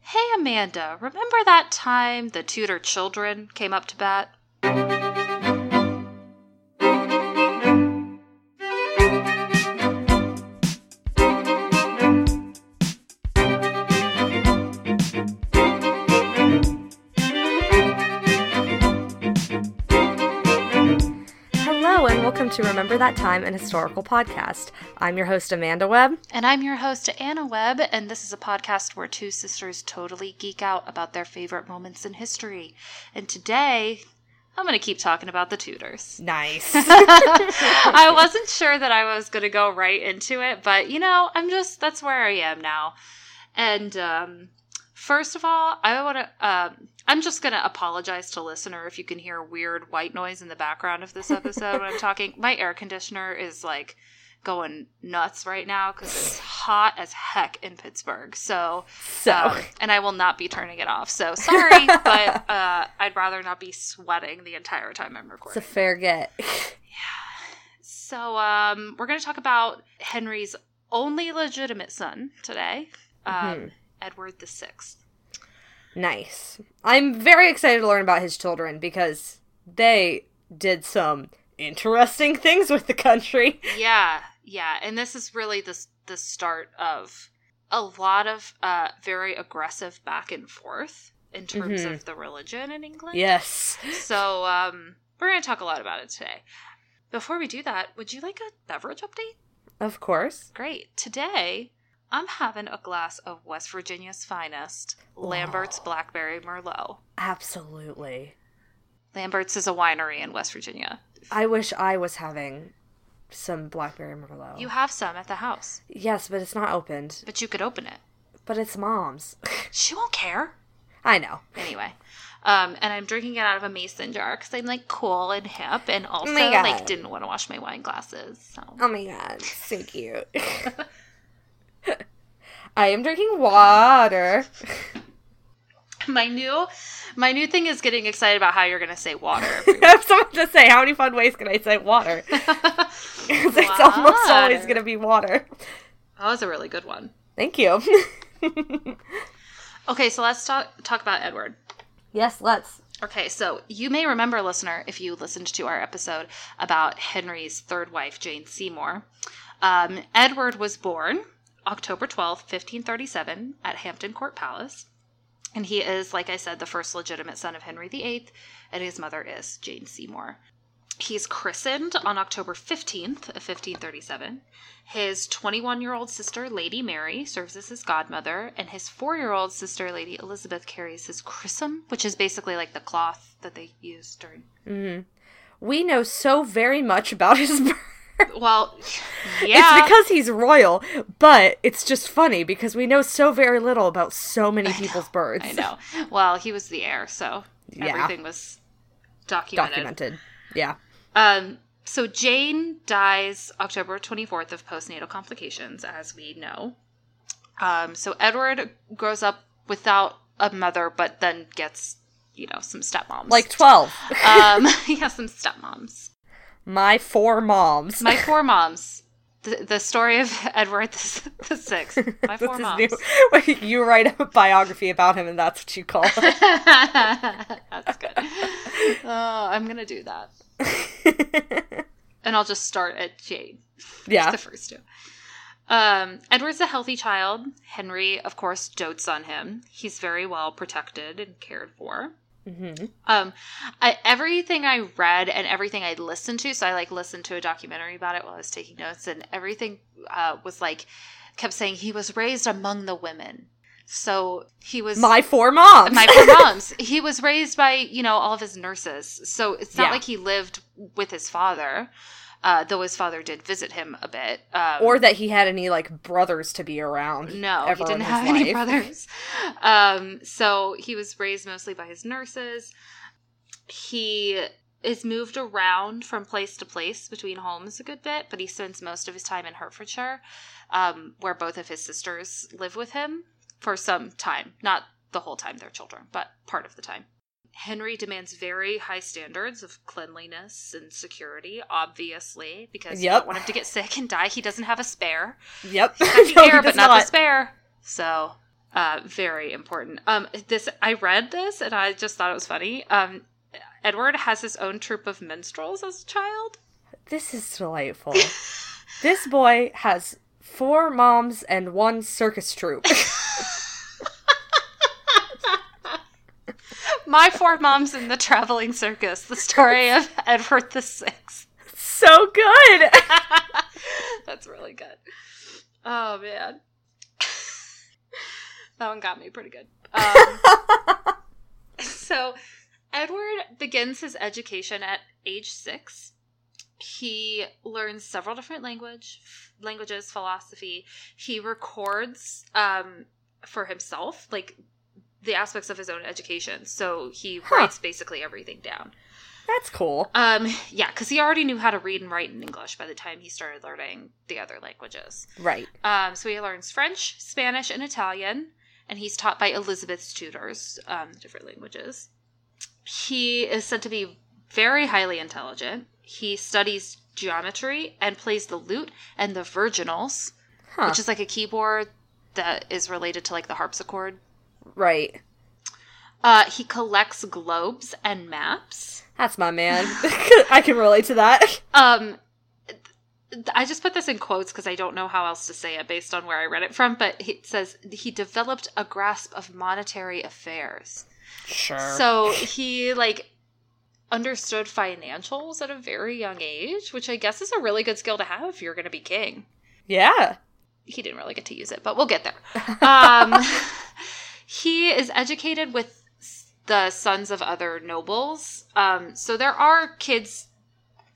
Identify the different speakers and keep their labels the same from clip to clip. Speaker 1: Hey, Amanda, remember that time the Tudor children came up to bat?
Speaker 2: Hello, and welcome to Remember That Time, an historical podcast. I'm your host, Amanda Webb.
Speaker 1: And I'm your host, Anna Webb, and this is a podcast where two sisters totally geek out about their favorite moments in history. And today, I'm going to keep talking about the Tudors.
Speaker 2: Nice.
Speaker 1: I wasn't sure that I was going to go right into it, but you know, I'm just that's where I am now. And um, first of all, I want to. Um, I'm just going to apologize to listener if you can hear weird white noise in the background of this episode when I'm talking. My air conditioner is like going nuts right now because it's hot as heck in Pittsburgh. So
Speaker 2: So,
Speaker 1: um, and I will not be turning it off. So sorry, but uh, I'd rather not be sweating the entire time I'm
Speaker 2: it's a
Speaker 1: recording.
Speaker 2: fair get.
Speaker 1: Yeah. So um, we're going to talk about Henry's only legitimate son today, um,
Speaker 2: Mhm.
Speaker 1: Edward the Sixth.
Speaker 2: Nice. I'm very excited to learn about his children because they did some interesting things with the country.
Speaker 1: Yeah, yeah, and this is really the s- the start of a lot of uh, very aggressive back and forth in terms
Speaker 2: Mhm.
Speaker 1: of the religion in England.
Speaker 2: Yes.
Speaker 1: So um, we're going to talk a lot about it today. Before we do that, would you like a beverage update?
Speaker 2: Of course.
Speaker 1: Great. Today, I'm having a glass of West Virginia's finest, Lambert's
Speaker 2: Wow.
Speaker 1: Blackberry Merlot.
Speaker 2: Absolutely.
Speaker 1: Lambert's is a winery in West Virginia.
Speaker 2: I wish I was having some blackberry merlot.
Speaker 1: You have some at the house,
Speaker 2: yes, but it's not opened.
Speaker 1: but you could open it.
Speaker 2: But it's mom's.
Speaker 1: She won't care.
Speaker 2: I know.
Speaker 1: Anyway. Um, and I'm drinking it out of a mason jar because I'm like cool and hip and also
Speaker 2: Oh my God.
Speaker 1: like didn't want to wash my wine glasses. So.
Speaker 2: Oh my god, so cute. I am drinking water.
Speaker 1: My new my new thing is getting excited about how you're gonna say water.
Speaker 2: I have something to say. How many fun ways can I say water? it's almost always
Speaker 1: Water.
Speaker 2: going to be water.
Speaker 1: That was a really good one.
Speaker 2: Thank you.
Speaker 1: Okay, so let's talk talk about Edward.
Speaker 2: yes, let's.
Speaker 1: Okay, so you may remember, listener, if you listened to our episode about Henry's third wife, Jane Seymour. Um, Edward was born October twelfth, 1537, at Hampton Court Palace. And he is, like I said, the first legitimate son of Henry VIII, and his mother is Jane Seymour. He's christened on October 15th of 1537. His 21-year-old sister Lady Mary serves as his godmother and his 4-year-old sister Lady Elizabeth carries his chrism, which is basically like the cloth that they use during
Speaker 2: We know so very much about his birth.
Speaker 1: Well, yeah.
Speaker 2: It's because he's royal, but it's just funny because we know so very little about so many people's births.
Speaker 1: I know. Well, he was the heir, so
Speaker 2: Yeah.
Speaker 1: everything was documented.
Speaker 2: Documented. Yeah.
Speaker 1: Um, so Jane dies October 24th of postnatal complications, as we know. Um, so Edward grows up without a mother, but then gets, you know, some stepmoms.
Speaker 2: Like 12.
Speaker 1: um, he has some stepmoms.
Speaker 2: My four moms.
Speaker 1: My four moms. The, the story of Edward the, the Sixth. My
Speaker 2: This
Speaker 1: four
Speaker 2: is
Speaker 1: moms.
Speaker 2: new. you write a biography about him, and that's what you call it.
Speaker 1: That's good. Oh, I'm gonna do that, and I'll just start at Jane.
Speaker 2: yeah.
Speaker 1: the first two. Um, Edward's a healthy child. Henry, of course, dotes on him. He's very well protected and cared for.
Speaker 2: hmm
Speaker 1: Um, I, everything I read and everything I listened to, so I like listened to a documentary about it while I was taking notes, and everything uh, was like kept saying he was raised among the women. So he was
Speaker 2: My four moms.
Speaker 1: my poor moms. He was raised by you know all of his nurses, so it's not
Speaker 2: Yeah.
Speaker 1: like he lived with his father, uh, though his father did visit him a bit. Um,
Speaker 2: or that he had any like brothers to be around.
Speaker 1: no,
Speaker 2: ever
Speaker 1: he
Speaker 2: in
Speaker 1: didn't
Speaker 2: his
Speaker 1: have any
Speaker 2: life.
Speaker 1: brothers. Um, so he was raised mostly by his nurses. He is moved around from place to place between homes a good bit, but he spends most of his time in Hertfordshire, um, where both of his sisters live with him for some time. Not the whole time they're children, but part of the time. Henry demands very high standards of cleanliness and security, obviously, because you
Speaker 2: Yep.
Speaker 1: don't want him to get sick and die. He doesn't have a spare
Speaker 2: Yep.
Speaker 1: got the
Speaker 2: No, he
Speaker 1: heir, but
Speaker 2: does
Speaker 1: not,
Speaker 2: not.
Speaker 1: the spare. So Uh, very important. Um, this I read this and I just thought it was funny. Um, Edward has his own troupe of minstrels as a child.
Speaker 2: This is delightful. this boy has four moms and one circus troupe.
Speaker 1: My four moms in the traveling circus. The story of Edward the Sixth.
Speaker 2: so good.
Speaker 1: That's really good. Oh man, that one got me pretty good. Um, so, Edward begins his education at age six. He learns several different language languages, philosophy. He records um, for himself, like the aspects of his own education. So he
Speaker 2: Huh.
Speaker 1: writes basically everything down.
Speaker 2: That's cool.
Speaker 1: Um, yeah, because he already knew how to read and write in English by the time he started learning the other languages.
Speaker 2: Right.
Speaker 1: Um, so he learns French, Spanish, and Italian, and he's taught by Elizabeth's tutors, um, different languages. He is said to be very highly intelligent. He studies geometry and plays the lute and the virginals,
Speaker 2: Huh.
Speaker 1: which is like a keyboard that is related to like the harpsichord.
Speaker 2: right.
Speaker 1: Uh, he collects globes and maps.
Speaker 2: That's my man. I can relate to that.
Speaker 1: Um, th- I just put this in quotes because I don't know how else to say it based on where I read it from, but he- it says he developed a grasp of monetary affairs.
Speaker 2: Sure.
Speaker 1: So he, like, understood financials at a very young age, which I guess is a really good skill to have if you're going to be king.
Speaker 2: yeah.
Speaker 1: He didn't really get to use it, but we'll get there. Um, he is educated with s- the sons of other nobles. Um, so there are kids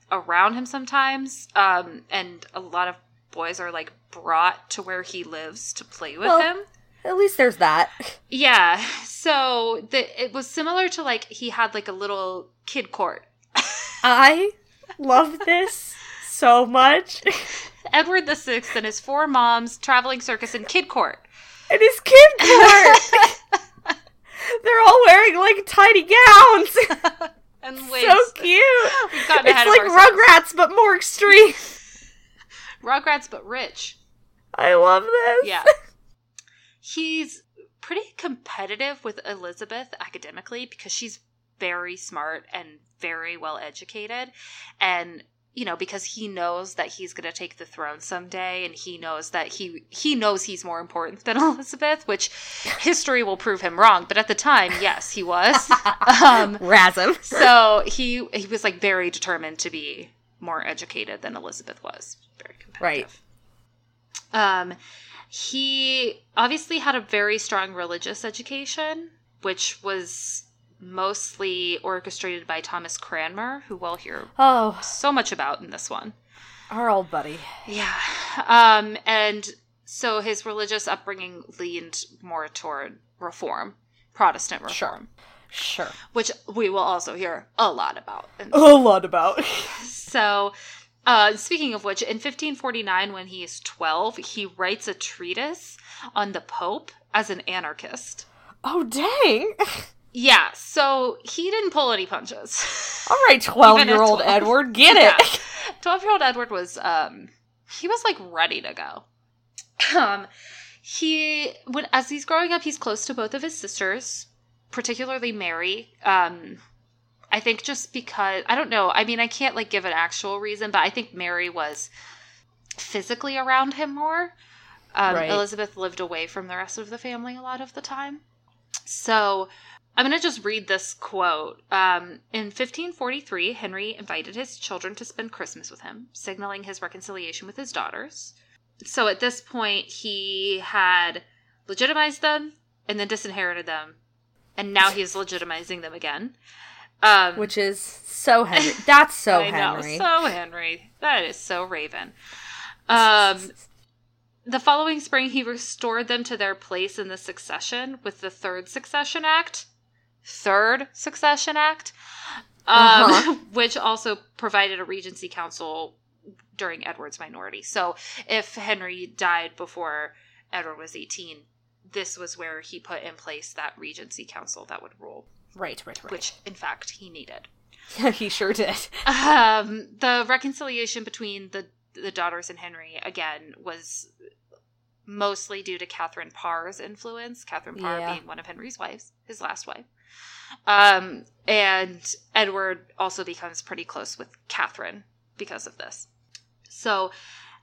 Speaker 1: around him sometimes, um, and a lot of boys are like brought to where he lives to play with
Speaker 2: Well-
Speaker 1: him.
Speaker 2: At least there's that.
Speaker 1: Yeah, so the, it was similar to like he had like a little kid court.
Speaker 2: I love this so much.
Speaker 1: Edward the Sixth and his four moms, traveling circus, and kid court.
Speaker 2: And his kid court. They're all wearing like tiny gowns.
Speaker 1: And
Speaker 2: so
Speaker 1: wigs.
Speaker 2: cute.
Speaker 1: We've gotten ahead
Speaker 2: It's like
Speaker 1: of ourselves.
Speaker 2: Rugrats, but more extreme.
Speaker 1: Rugrats, but rich.
Speaker 2: I love this.
Speaker 1: yeah. He's pretty competitive with Elizabeth academically because she's very smart and very well educated. And, you know, because he knows that he's going to take the throne someday and he knows that he he knows he's more important than Elizabeth, which history will prove him wrong, but at the time, yes, he was. um
Speaker 2: Rasm.
Speaker 1: so he he was like very determined to be more educated than Elizabeth was. Very competitive. Right. Um, he obviously had a very strong religious education, which was mostly orchestrated by Thomas Cranmer, who we'll hear
Speaker 2: Oh,
Speaker 1: so much about in this one.
Speaker 2: our old buddy.
Speaker 1: Yeah. Um, and so his religious upbringing leaned more toward reform, Protestant reform,
Speaker 2: Sure. Sure.
Speaker 1: which we will also hear a lot about in
Speaker 2: A lot about.
Speaker 1: So, uh, speaking of which, in 1549, when he is 12, he writes a treatise on the Pope as an anarchist.
Speaker 2: Oh, dang.
Speaker 1: Yeah, so he didn't pull any punches.
Speaker 2: All right, 12
Speaker 1: Even at
Speaker 2: year old
Speaker 1: 12.
Speaker 2: Edward, get it.
Speaker 1: 12 year old uh, Edward was, um, he was like ready to go. Um, he, when, as he's growing up, he's close to both of his sisters, particularly Mary. Um, I think just because, I don't know, I mean, I can't like give an actual reason, but I think Mary was physically around him more. Um,
Speaker 2: Right.
Speaker 1: Elizabeth lived away from the rest of the family a lot of the time. So I'm going to just read this quote. Um, in 1543, Henry invited his children to spend Christmas with him, signaling his reconciliation with his daughters. So at this point, he had legitimized them and then disinherited them. And now he's legitimizing them again. Um,
Speaker 2: Which is so Henry. That's so
Speaker 1: I know.
Speaker 2: Henry.
Speaker 1: So Henry. That is so Raven. Um, the following spring, he restored them to their place in the succession with the Third Succession Act. Third Succession Act, um,
Speaker 2: Uh-huh.
Speaker 1: which also provided a regency council during Edward's minority. So if Henry died before Edward was 18, this was where he put in place that regency council that would rule,
Speaker 2: right, right, right.
Speaker 1: which in fact he needed
Speaker 2: he sure did.
Speaker 1: um the reconciliation between the the daughters and henry again was mostly due to Catherine Parr's influence, Catherine Parr
Speaker 2: Yeah.
Speaker 1: being one of Henry's wives, his last wife. Um, and Edward also becomes pretty close with Catherine because of this. So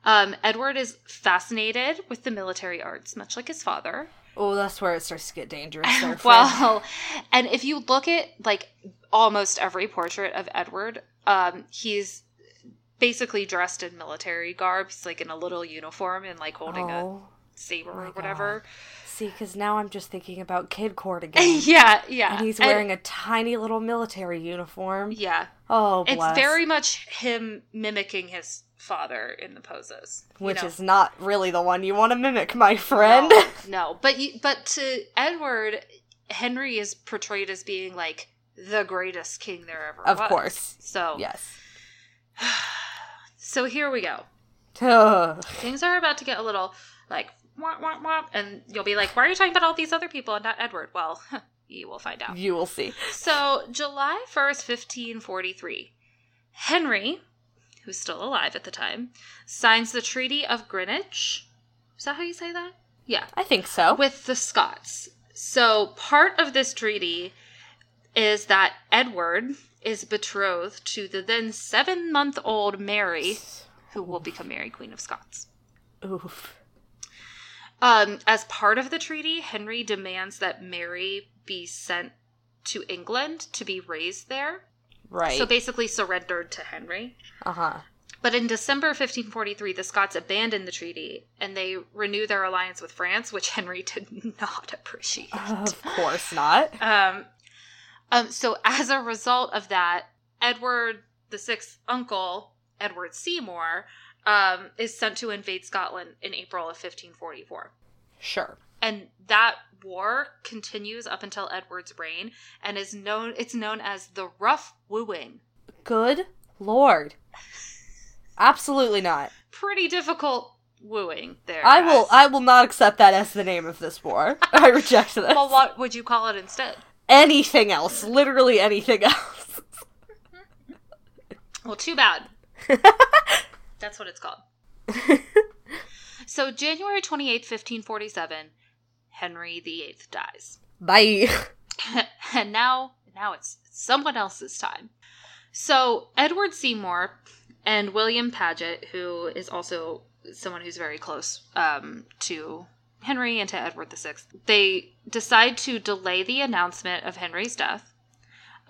Speaker 1: um, Edward is fascinated with the military arts, much like his father.
Speaker 2: Oh, that's where it starts to get dangerous. though, friend.
Speaker 1: well, and if you look at like almost every portrait of Edward, um, he's basically dressed in military garbs, like in a little uniform and like holding a
Speaker 2: oh,
Speaker 1: saber
Speaker 2: my
Speaker 1: or whatever.
Speaker 2: see, because now I'm just thinking about Kid Court again,
Speaker 1: yeah, yeah.
Speaker 2: and he's wearing a tiny little military uniform.
Speaker 1: yeah.
Speaker 2: Oh,
Speaker 1: It's
Speaker 2: bless.
Speaker 1: very much him mimicking his father in the poses, you
Speaker 2: which
Speaker 1: know.
Speaker 2: is not really the one you want to mimic, my friend.
Speaker 1: No, no. but you, but to Edward, Henry is portrayed as being like the greatest king there ever
Speaker 2: Of
Speaker 1: was.
Speaker 2: course.
Speaker 1: So
Speaker 2: yes.
Speaker 1: so here we go.
Speaker 2: Ugh.
Speaker 1: Things are about to get a little like womp womp womp, and you'll be like, "Why are you talking about all these other people and not Edward?" Well, you will find out.
Speaker 2: you will see.
Speaker 1: So, July 1st, 1543, Henry, who's still alive at the time, signs the Treaty of Greenwich. Is that how you say that? Yeah.
Speaker 2: I think so.
Speaker 1: With the Scots. So, part of this treaty is that Edward is betrothed to the then seven month old Mary, who will become Mary, Queen of Scots.
Speaker 2: Oof.
Speaker 1: Um, as part of the treaty, Henry demands that Mary be sent to England to be raised there.
Speaker 2: Right.
Speaker 1: So basically surrendered to Henry.
Speaker 2: uh huh.
Speaker 1: But in December 1543, the Scots abandoned the treaty and they renew their alliance with France, which Henry did not appreciate.
Speaker 2: Of course not.
Speaker 1: Um, um, so as a result of that, Edward the Sixth uncle, Edward Seymour, um, is sent to invade Scotland in April of 1544.
Speaker 2: Sure.
Speaker 1: And that war continues up until Edward's reign and is known it's known as the Rough Wooing.
Speaker 2: Good lord. Absolutely not.
Speaker 1: pretty difficult wooing there.
Speaker 2: I will.
Speaker 1: guys.
Speaker 2: I will not accept that as the name of this war. I reject this.
Speaker 1: well, what would you call it instead?
Speaker 2: anything else. Literally anything else.
Speaker 1: Well, too bad. That's what it's called. so, January twenty eighth, 1547, Henry VIII dies.
Speaker 2: Bye.
Speaker 1: and now now it's someone else's time. So Edward Seymour and William Paget, who is also someone who's very close um, to Henry and to Edward VI, they decide to delay the announcement of Henry's death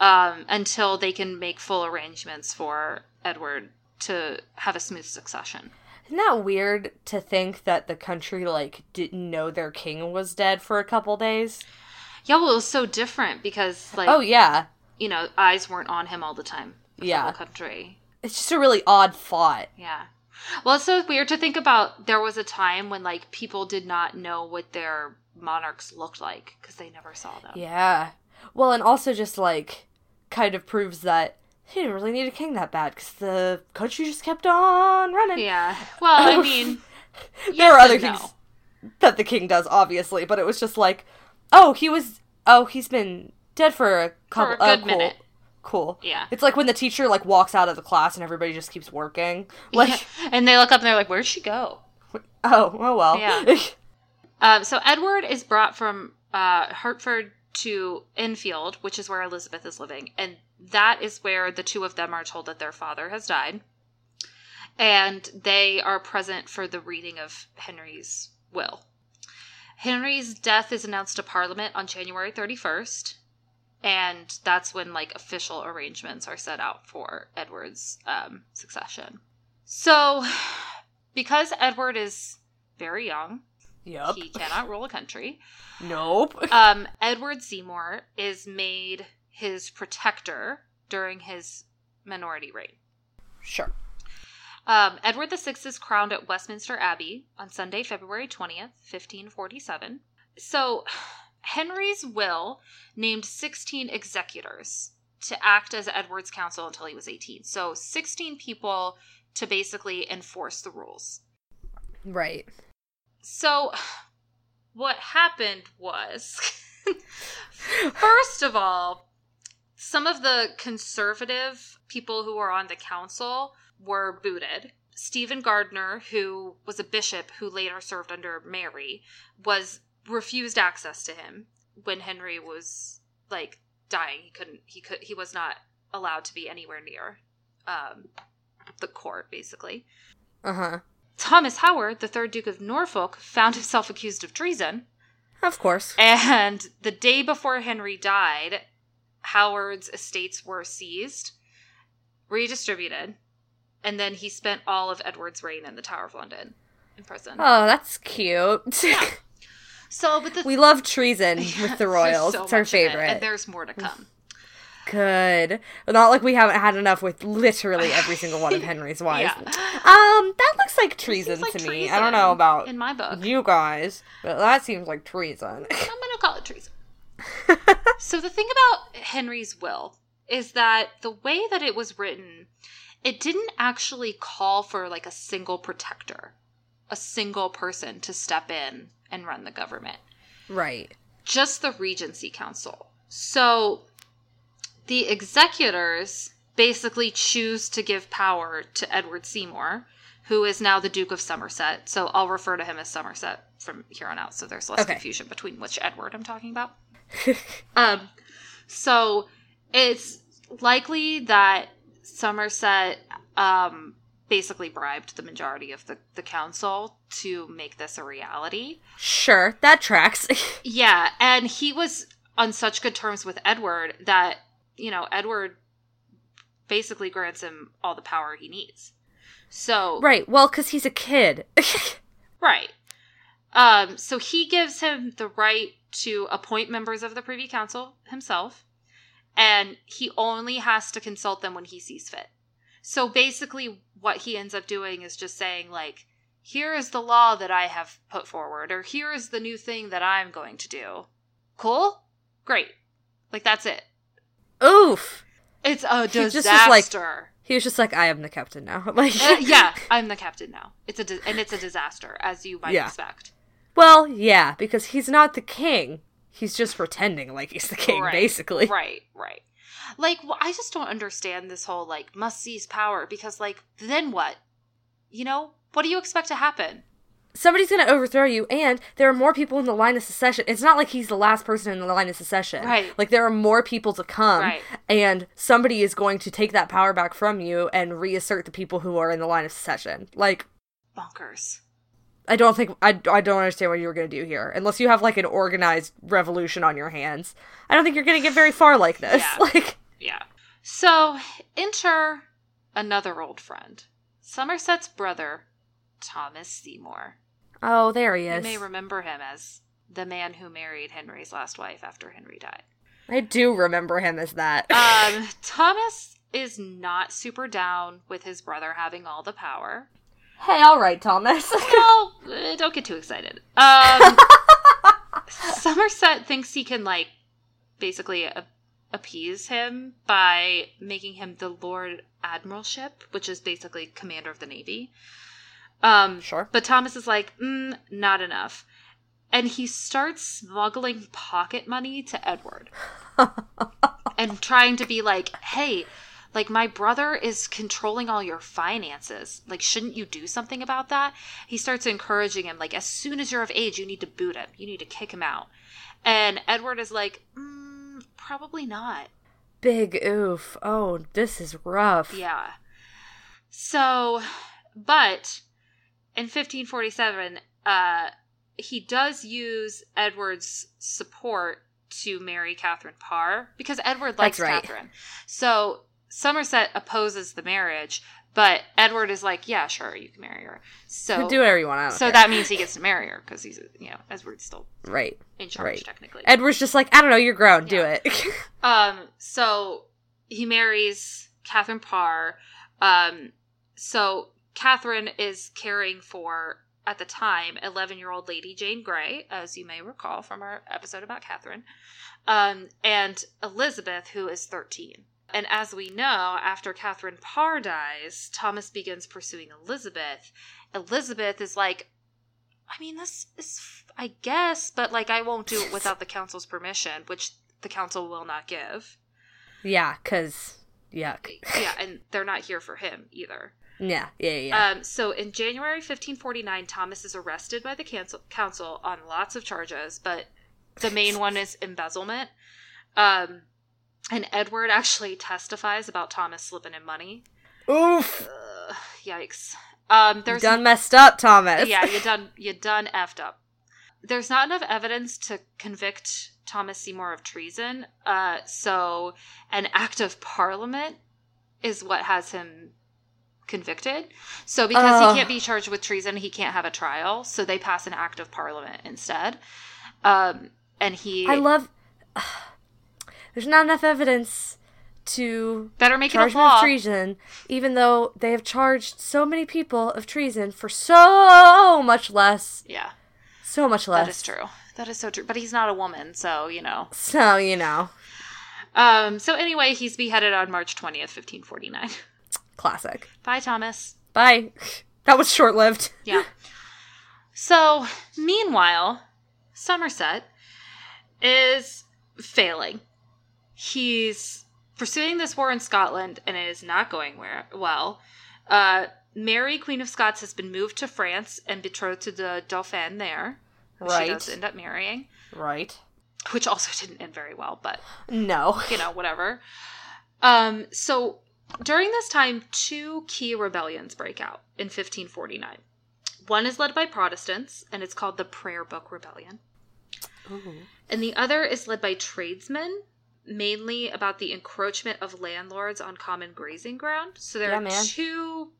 Speaker 1: um, until they can make full arrangements for Edward to have a smooth succession.
Speaker 2: Isn't that weird to think that the country like didn't know their king was dead for a couple days?
Speaker 1: Yeah, well, it was so different because, like,
Speaker 2: Oh yeah.
Speaker 1: you know, eyes weren't on him all the time. for
Speaker 2: Yeah.
Speaker 1: the whole country.
Speaker 2: It's just a really odd thought.
Speaker 1: Yeah. Well, it's so weird to think about. There was a time when like people did not know what their monarchs looked like because they never saw them.
Speaker 2: Yeah. Well, and also just like kind of proves that he didn't really need a king that bad because the country just kept on running.
Speaker 1: Yeah. Well, I mean,
Speaker 2: there are other
Speaker 1: and no.
Speaker 2: things that the king does, obviously, but it was just like, oh, he was, oh, he's been dead for a couple,
Speaker 1: a good
Speaker 2: oh, cool,
Speaker 1: minute.
Speaker 2: cool.
Speaker 1: Yeah.
Speaker 2: It's like when the teacher like walks out of the class and everybody just keeps working. Like,
Speaker 1: Yeah. and they look up and they're like, "Where'd she go?"
Speaker 2: oh, oh well.
Speaker 1: Yeah. Um, so Edward is brought from uh, Hartford to Enfield, which is where Elizabeth is living, and that is where the two of them are told that their father has died, and they are present for the reading of Henry's will. Henry's death is announced to Parliament on January thirty first, and that's when like official arrangements are set out for Edward's um, succession. So, because Edward is very young,
Speaker 2: Yup.
Speaker 1: he cannot rule a country.
Speaker 2: Nope.
Speaker 1: Um, Edward Seymour is made his protector during his minority reign.
Speaker 2: Sure.
Speaker 1: Um, Edward VI is crowned at Westminster Abbey on Sunday, February 20th, 1547. So, Henry's will named 16 executors to act as Edward's counsel until he was 18. So, 16 people to basically enforce the rules.
Speaker 2: Right.
Speaker 1: So, what happened was, first of all, some of the conservative people who were on the council were booted. Stephen Gardner, who was a bishop who later served under Mary, was refused access to him when Henry was like dying. He couldn't. He could. He was not allowed to be anywhere near um, the court, basically.
Speaker 2: Uh huh.
Speaker 1: Thomas Howard, the third Duke of Norfolk, found himself accused of treason.
Speaker 2: Of course.
Speaker 1: And the day before Henry died, Howard's estates were seized, redistributed, and then he spent all of Edward's reign in the Tower of London in prison.
Speaker 2: Oh, that's cute.
Speaker 1: So, but the
Speaker 2: we love treason
Speaker 1: Yeah,
Speaker 2: with the
Speaker 1: there's
Speaker 2: royals.
Speaker 1: so
Speaker 2: it's our
Speaker 1: much in it, and
Speaker 2: favorite.
Speaker 1: there's more to come.
Speaker 2: Good. Not like we haven't had enough with literally every single one of Henry's wives.
Speaker 1: Yeah.
Speaker 2: Um, that looks like treason
Speaker 1: Seems like
Speaker 2: to me. I don't know
Speaker 1: treason
Speaker 2: about
Speaker 1: in my book.
Speaker 2: you guys, but that seems like treason.
Speaker 1: I'm gonna call it treason. so the thing about Henry's will is that the way that it was written, it didn't actually call for like a single protector, a single person to step in and run the government.
Speaker 2: right.
Speaker 1: just the Regency Council. So the executors basically choose to give power to Edward Seymour, who is now the Duke of Somerset. So I'll refer to him as Somerset from here on out, so there's less
Speaker 2: Okay.
Speaker 1: confusion between which Edward I'm talking about. um, so it's likely that Somerset um, basically bribed the majority of the, the council to make this a reality.
Speaker 2: Sure, that tracks.
Speaker 1: Yeah, and he was on such good terms with Edward that, you know, Edward basically grants him all the power he needs. So,
Speaker 2: right. Well, because he's a kid.
Speaker 1: right. Um, so he gives him the right to appoint members of the Privy Council himself, and he only has to consult them when he sees fit. So basically, what he ends up doing is just saying, like, here is the law that I have put forward, or here is the new thing that I'm going to do. Cool? Great. Like, that's it.
Speaker 2: Oof.
Speaker 1: It's a
Speaker 2: He just
Speaker 1: disaster.
Speaker 2: is like- He was just like, I am the captain now. Like,
Speaker 1: Uh, yeah, I'm the captain now. It's a dis- and it's a disaster, as you might
Speaker 2: Yeah.
Speaker 1: expect.
Speaker 2: Well, yeah, because he's not the king. He's just pretending like he's the king,
Speaker 1: Right,
Speaker 2: basically.
Speaker 1: Right, right. Like, wh- I just don't understand this whole, like, must seize power because, like, then what? You know, what do you expect to happen?
Speaker 2: Somebody's going to overthrow you, and there are more people in the line of secession. It's not like he's the last person in the line of secession.
Speaker 1: Right.
Speaker 2: Like, there are more people to come,
Speaker 1: Right.
Speaker 2: and somebody is going to take that power back from you and reassert the people who are in the line of secession. Like,
Speaker 1: Bonkers.
Speaker 2: I don't think, I, I don't understand what you were going to do here. Unless you have, like, an organized revolution on your hands, I don't think you're going to get very far like this.
Speaker 1: Yeah.
Speaker 2: Like,
Speaker 1: Yeah. So, enter another old friend, Somerset's brother, Thomas Seymour.
Speaker 2: oh, there he
Speaker 1: You
Speaker 2: is.
Speaker 1: may remember him as the man who married Henry's last wife after Henry died.
Speaker 2: I do remember him as that.
Speaker 1: um, Thomas is not super down with his brother having all the power.
Speaker 2: Hey, all right, Thomas.
Speaker 1: Well, eh, don't get too excited. Um, Somerset thinks he can, like, basically a- appease him by making him the Lord Admiralship, which is basically commander of the Navy. Um,
Speaker 2: sure.
Speaker 1: but Thomas is like, mm, not enough. And he starts smuggling pocket money to Edward and trying to be like, hey, like my brother is controlling all your finances. Like, shouldn't you do something about that? He starts encouraging him, like, as soon as you're of age, you need to boot him, you need to kick him out. And Edward is like, mm, probably not.
Speaker 2: Big oof. Oh, this is rough.
Speaker 1: Yeah. So, but in 1547, uh, he does use Edward's support to marry Catherine Parr because Edward likes
Speaker 2: That's right.
Speaker 1: Catherine. So Somerset opposes the marriage, but Edward is like, yeah, sure, you can marry her. So,
Speaker 2: Do whatever you want. I don't
Speaker 1: so
Speaker 2: care.
Speaker 1: that means he gets to marry her because he's, you know, Edward's still
Speaker 2: right.
Speaker 1: in charge
Speaker 2: Right.
Speaker 1: technically.
Speaker 2: Edward's just like, I don't know, you're grown. Do
Speaker 1: Yeah.
Speaker 2: it.
Speaker 1: Um, so he marries Catherine Parr. Um, so Catherine is caring for, at the time, 11 year old Lady Jane Grey, as you may recall from our episode about Catherine, um, and Elizabeth, who is 13. And as we know, after Catherine Parr dies, Thomas begins pursuing Elizabeth. Elizabeth is like, I mean, this is, f- I guess, but like, I won't do it without the council's permission, which the council will not give.
Speaker 2: yeah, cause yuck.
Speaker 1: Yeah, and they're not here for him either.
Speaker 2: Yeah, yeah, yeah.
Speaker 1: Um, so in January 1549, Thomas is arrested by the cancel- council on lots of charges, but the main one is embezzlement. Um, and Edward actually testifies about Thomas slipping in money.
Speaker 2: Oof.
Speaker 1: Ugh, yikes. Um,
Speaker 2: You
Speaker 1: Uh, there's
Speaker 2: done messed up, Thomas.
Speaker 1: yeah, you done you done effed up. There's not enough evidence to convict Thomas Seymour of treason, uh, so an act of parliament is what has him convicted. So because
Speaker 2: Ugh.
Speaker 1: he can't be charged with treason, he can't have a trial. So they pass an act of parliament instead, um, and he
Speaker 2: I love. There's not enough evidence to
Speaker 1: better make it
Speaker 2: charge
Speaker 1: a
Speaker 2: him of
Speaker 1: law.
Speaker 2: treason, even though they have charged so many people of treason for so much less,
Speaker 1: Yeah,
Speaker 2: so much less.
Speaker 1: that is true. That is so true. But he's not a woman, so you know.
Speaker 2: So you know,
Speaker 1: Um, so anyway, he's beheaded on March twentieth, fifteen forty nine.
Speaker 2: classic.
Speaker 1: Bye, Thomas.
Speaker 2: Bye. That was short lived.
Speaker 1: Yeah. So, meanwhile, Somerset is failing. He's pursuing this war in Scotland and it is not going where, well. Uh, Mary, Queen of Scots, has been moved to France and betrothed to the Dauphin there. who She does end up marrying,
Speaker 2: Right.
Speaker 1: which also didn't end very well, but
Speaker 2: No.
Speaker 1: you know, whatever. Um, so during this time, two key rebellions break out in 1549. One is led by Protestants, and it's called the Prayer Book Rebellion, and the other is led by tradesmen, mainly about the encroachment of landlords on common grazing ground. So there
Speaker 2: Yeah,
Speaker 1: are
Speaker 2: man.
Speaker 1: two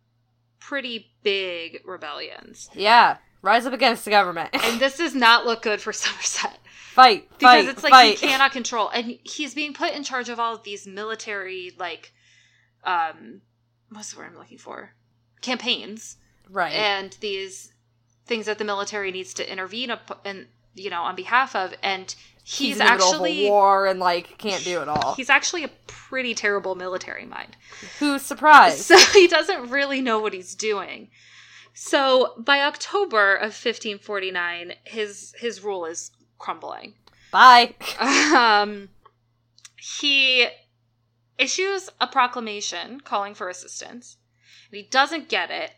Speaker 1: pretty big rebellions.
Speaker 2: Yeah. Rise up against the government.
Speaker 1: And this does not look good for Somerset.
Speaker 2: fight.
Speaker 1: because it's like he cannot control and he's being put in charge of all of these military like um what's the word i'm looking for campaigns
Speaker 2: Right.
Speaker 1: and these things that the military needs to intervene up and you know on behalf of and he's,
Speaker 2: in the middle of a
Speaker 1: actually
Speaker 2: war and like can't do it all.
Speaker 1: he's actually a pretty terrible military mind
Speaker 2: Who's surprised?
Speaker 1: so he doesn't really know what he's doing. So by October of 1549, his his rule is crumbling.
Speaker 2: Bye.
Speaker 1: Um, he issues a proclamation calling for assistance, and he doesn't get it.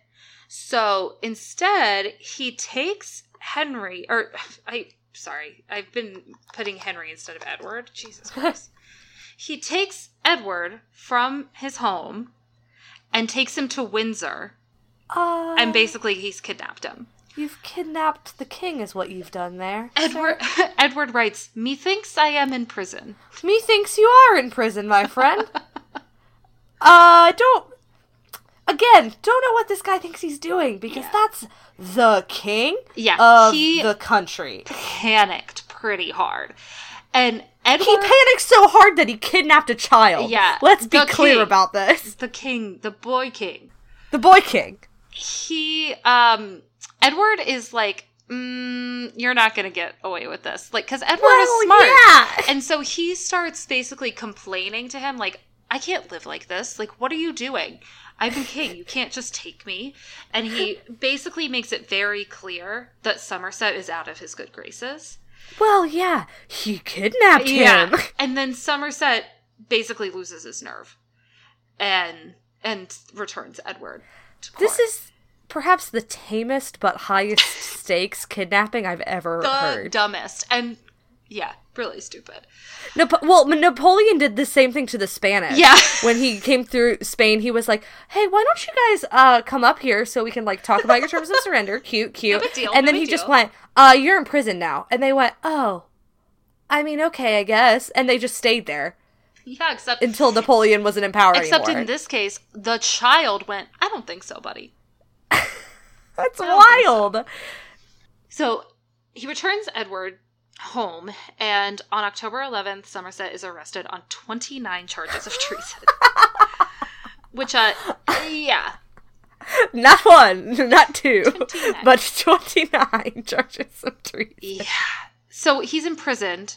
Speaker 1: So instead, he takes Henry, or I, sorry, I've been putting Henry instead of Edward. Jesus Christ. he takes Edward from his home and takes him to Windsor,
Speaker 2: Uh,
Speaker 1: and basically he's kidnapped him.
Speaker 2: you've kidnapped the king, is what you've done there.
Speaker 1: Edward Edward writes, "Methinks I am in prison."
Speaker 2: Methinks you are in prison, my friend. uh, don't. Again, don't know what this guy thinks he's doing because
Speaker 1: Yeah.
Speaker 2: that's the king
Speaker 1: Yeah,
Speaker 2: of
Speaker 1: he
Speaker 2: the country.
Speaker 1: panicked pretty hard. And Edward,
Speaker 2: He panicked so hard that he kidnapped a child.
Speaker 1: Uh, Yeah,
Speaker 2: Let's be
Speaker 1: the
Speaker 2: clear
Speaker 1: king.
Speaker 2: about this.
Speaker 1: the king, the boy king,
Speaker 2: The boy king.
Speaker 1: he, um, Edward is like, mm, you're not going to get away with this. Like, because Edward is smart.
Speaker 2: yeah.
Speaker 1: And so he starts basically complaining to him, like, I can't live like this. Like, what are you doing? I'm the king. You can't just take me. And he basically makes it very clear that Somerset is out of his good graces.
Speaker 2: Well, yeah, he kidnapped him.
Speaker 1: And then Somerset basically loses his nerve and and returns Edward. To court.
Speaker 2: This is perhaps the tamest but highest stakes kidnapping I've ever
Speaker 1: the
Speaker 2: heard.
Speaker 1: dumbest and yeah, really stupid.
Speaker 2: Napo- well, M- Napoleon did the same thing to the Spanish.
Speaker 1: Yeah.
Speaker 2: when he came through Spain, he was like, "Hey, why don't you guys uh, come up here so we can like talk about your terms of surrender? Cute, cute."
Speaker 1: big deal, no
Speaker 2: and then he
Speaker 1: big
Speaker 2: just
Speaker 1: deal.
Speaker 2: went, "Uh, you're in prison now." And they went, "Oh, I mean, okay, I guess." And they just stayed there
Speaker 1: Yeah, except
Speaker 2: until Napoleon wasn't in power
Speaker 1: except
Speaker 2: anymore.
Speaker 1: in this case, the child went, I don't think so, buddy.
Speaker 2: That's
Speaker 1: I don't think so.
Speaker 2: wild.
Speaker 1: So he returns Edward home and on October 11th Somerset is arrested on 29 charges of treason. Which uh yeah,
Speaker 2: Not one, not two,
Speaker 1: 29.
Speaker 2: but 29 charges of treason.
Speaker 1: Yeah. So he's imprisoned.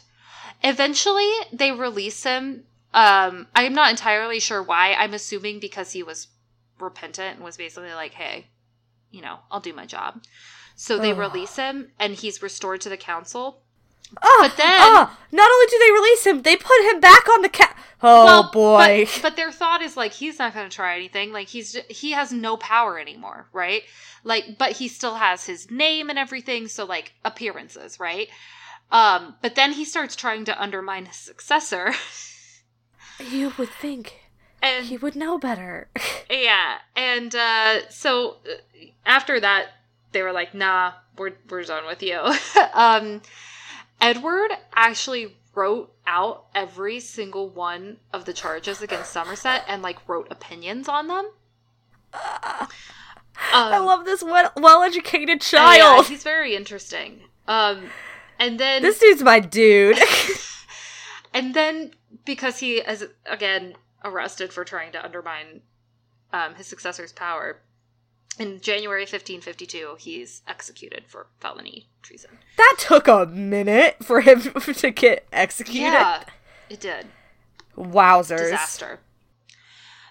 Speaker 1: Eventually, they release him. Um, I'm not entirely sure why. I'm assuming because he was repentant and was basically like, hey, you know, I'll do my job. So they
Speaker 2: Ugh.
Speaker 1: release him and he's restored to the council.
Speaker 2: Oh,
Speaker 1: But then-
Speaker 2: ah, not only do they release him, they put him back on the ca- Oh
Speaker 1: well,
Speaker 2: boy.
Speaker 1: But, but their thought is like he's not going to try anything. Like he's he has no power anymore, right? Like, but he still has his name and everything. So like appearances, right? Um, but then he starts trying to undermine his successor,
Speaker 2: you would think
Speaker 1: and uh,
Speaker 2: he would know better.
Speaker 1: yeah, and uh, so uh, after that, they were like, "Nah, we're we're done with you." um, Edward actually wrote out every single one of the charges against Somerset and like wrote opinions on them.
Speaker 2: Uh, I
Speaker 1: Um,
Speaker 2: love this well well educated
Speaker 1: and yeah,
Speaker 2: child.
Speaker 1: he's very interesting. Um, and then
Speaker 2: This dude's my dude.
Speaker 1: and then because he is again arrested for trying to undermine um, his successor's power in january 1552 he's executed for felony treason
Speaker 2: that took a minute for him to get executed.
Speaker 1: yeah it did
Speaker 2: Wowzers.
Speaker 1: disaster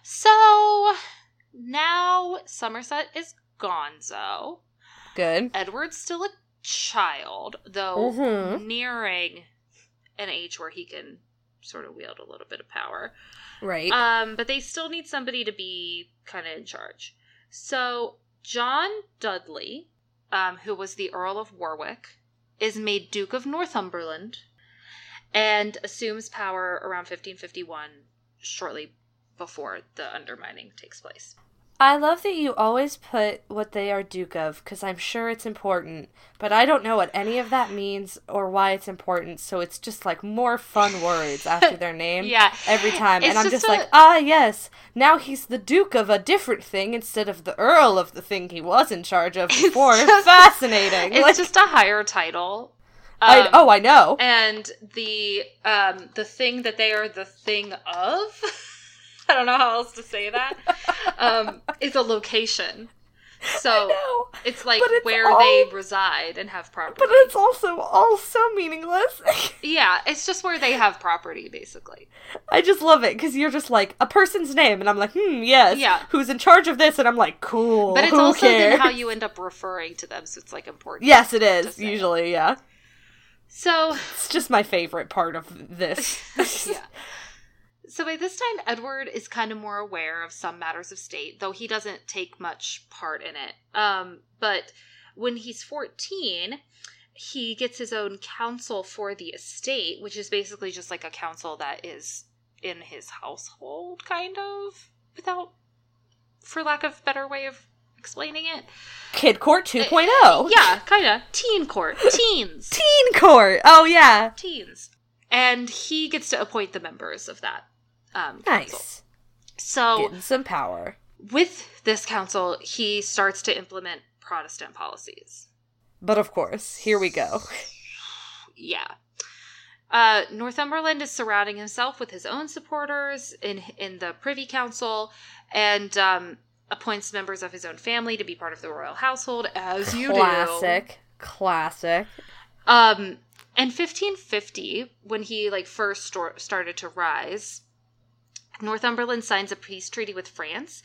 Speaker 1: so now somerset is gonzo
Speaker 2: Good.
Speaker 1: edward's still a child though
Speaker 2: Mhm.
Speaker 1: nearing an age where he can sort of wield a little bit of power
Speaker 2: Right.
Speaker 1: Um, but they still need somebody to be kind of in charge. So John Dudley, um, who was the Earl of Warwick, is made Duke of Northumberland and assumes power around 1551, shortly before the undermining takes place.
Speaker 2: I love that you always put what they are Duke of because I'm sure it's important, but I don't know what any of that means or why it's important. So it's just like more fun words after their name
Speaker 1: Yeah.
Speaker 2: every time.
Speaker 1: It's
Speaker 2: and I'm
Speaker 1: just
Speaker 2: just
Speaker 1: a-
Speaker 2: like, ah, yes, now he's the Duke of a different thing instead of the Earl of the thing he was in charge of before.
Speaker 1: just-
Speaker 2: Fascinating.
Speaker 1: It's
Speaker 2: Like,
Speaker 1: just a higher title.
Speaker 2: I-
Speaker 1: Um,
Speaker 2: oh, I know.
Speaker 1: and the um the thing that they are the thing of i don't know how else to say that um is a location
Speaker 2: I
Speaker 1: so
Speaker 2: know.
Speaker 1: it's like
Speaker 2: But it's
Speaker 1: where
Speaker 2: all-
Speaker 1: they reside and have property
Speaker 2: But it's also all so meaningless.
Speaker 1: yeah it's just where they have property basically
Speaker 2: I just love it because you're just like a person's name, and I'm like, hmm, yes,
Speaker 1: Yeah.
Speaker 2: Who's in charge of this? And I'm like, cool.
Speaker 1: but it's
Speaker 2: who
Speaker 1: also then
Speaker 2: cares?
Speaker 1: how you end up referring to them so it's like important
Speaker 2: Yes, it
Speaker 1: Just
Speaker 2: is
Speaker 1: saying.
Speaker 2: usually. Yeah,
Speaker 1: so
Speaker 2: it's just my favorite part of this.
Speaker 1: yeah. So by this time, Edward is kind of more aware of some matters of state, though he doesn't take much part in it. Um, but when he's 14, he gets his own council for the estate, which is basically just like a council that is in his household, kind of, without, for lack of better way of explaining it.
Speaker 2: Kid Court 2.0.
Speaker 1: Eh, Yeah, kind of. Teen court. Teens.
Speaker 2: Teen Court. Oh yeah,
Speaker 1: Teens. And he gets to appoint the members of that. Um, council.
Speaker 2: nice.
Speaker 1: So
Speaker 2: Getting some power.
Speaker 1: with this council, he starts to implement Protestant policies.
Speaker 2: But of course, here we go.
Speaker 1: Yeah. Uh, Northumberland is surrounding himself with his own supporters in in the Privy Council, and um, appoints members of his own family to be part of the royal household, as you do.
Speaker 2: classic, classic.
Speaker 1: Um, in 1550, when he like first stor- started to rise, Northumberland signs a peace treaty with France,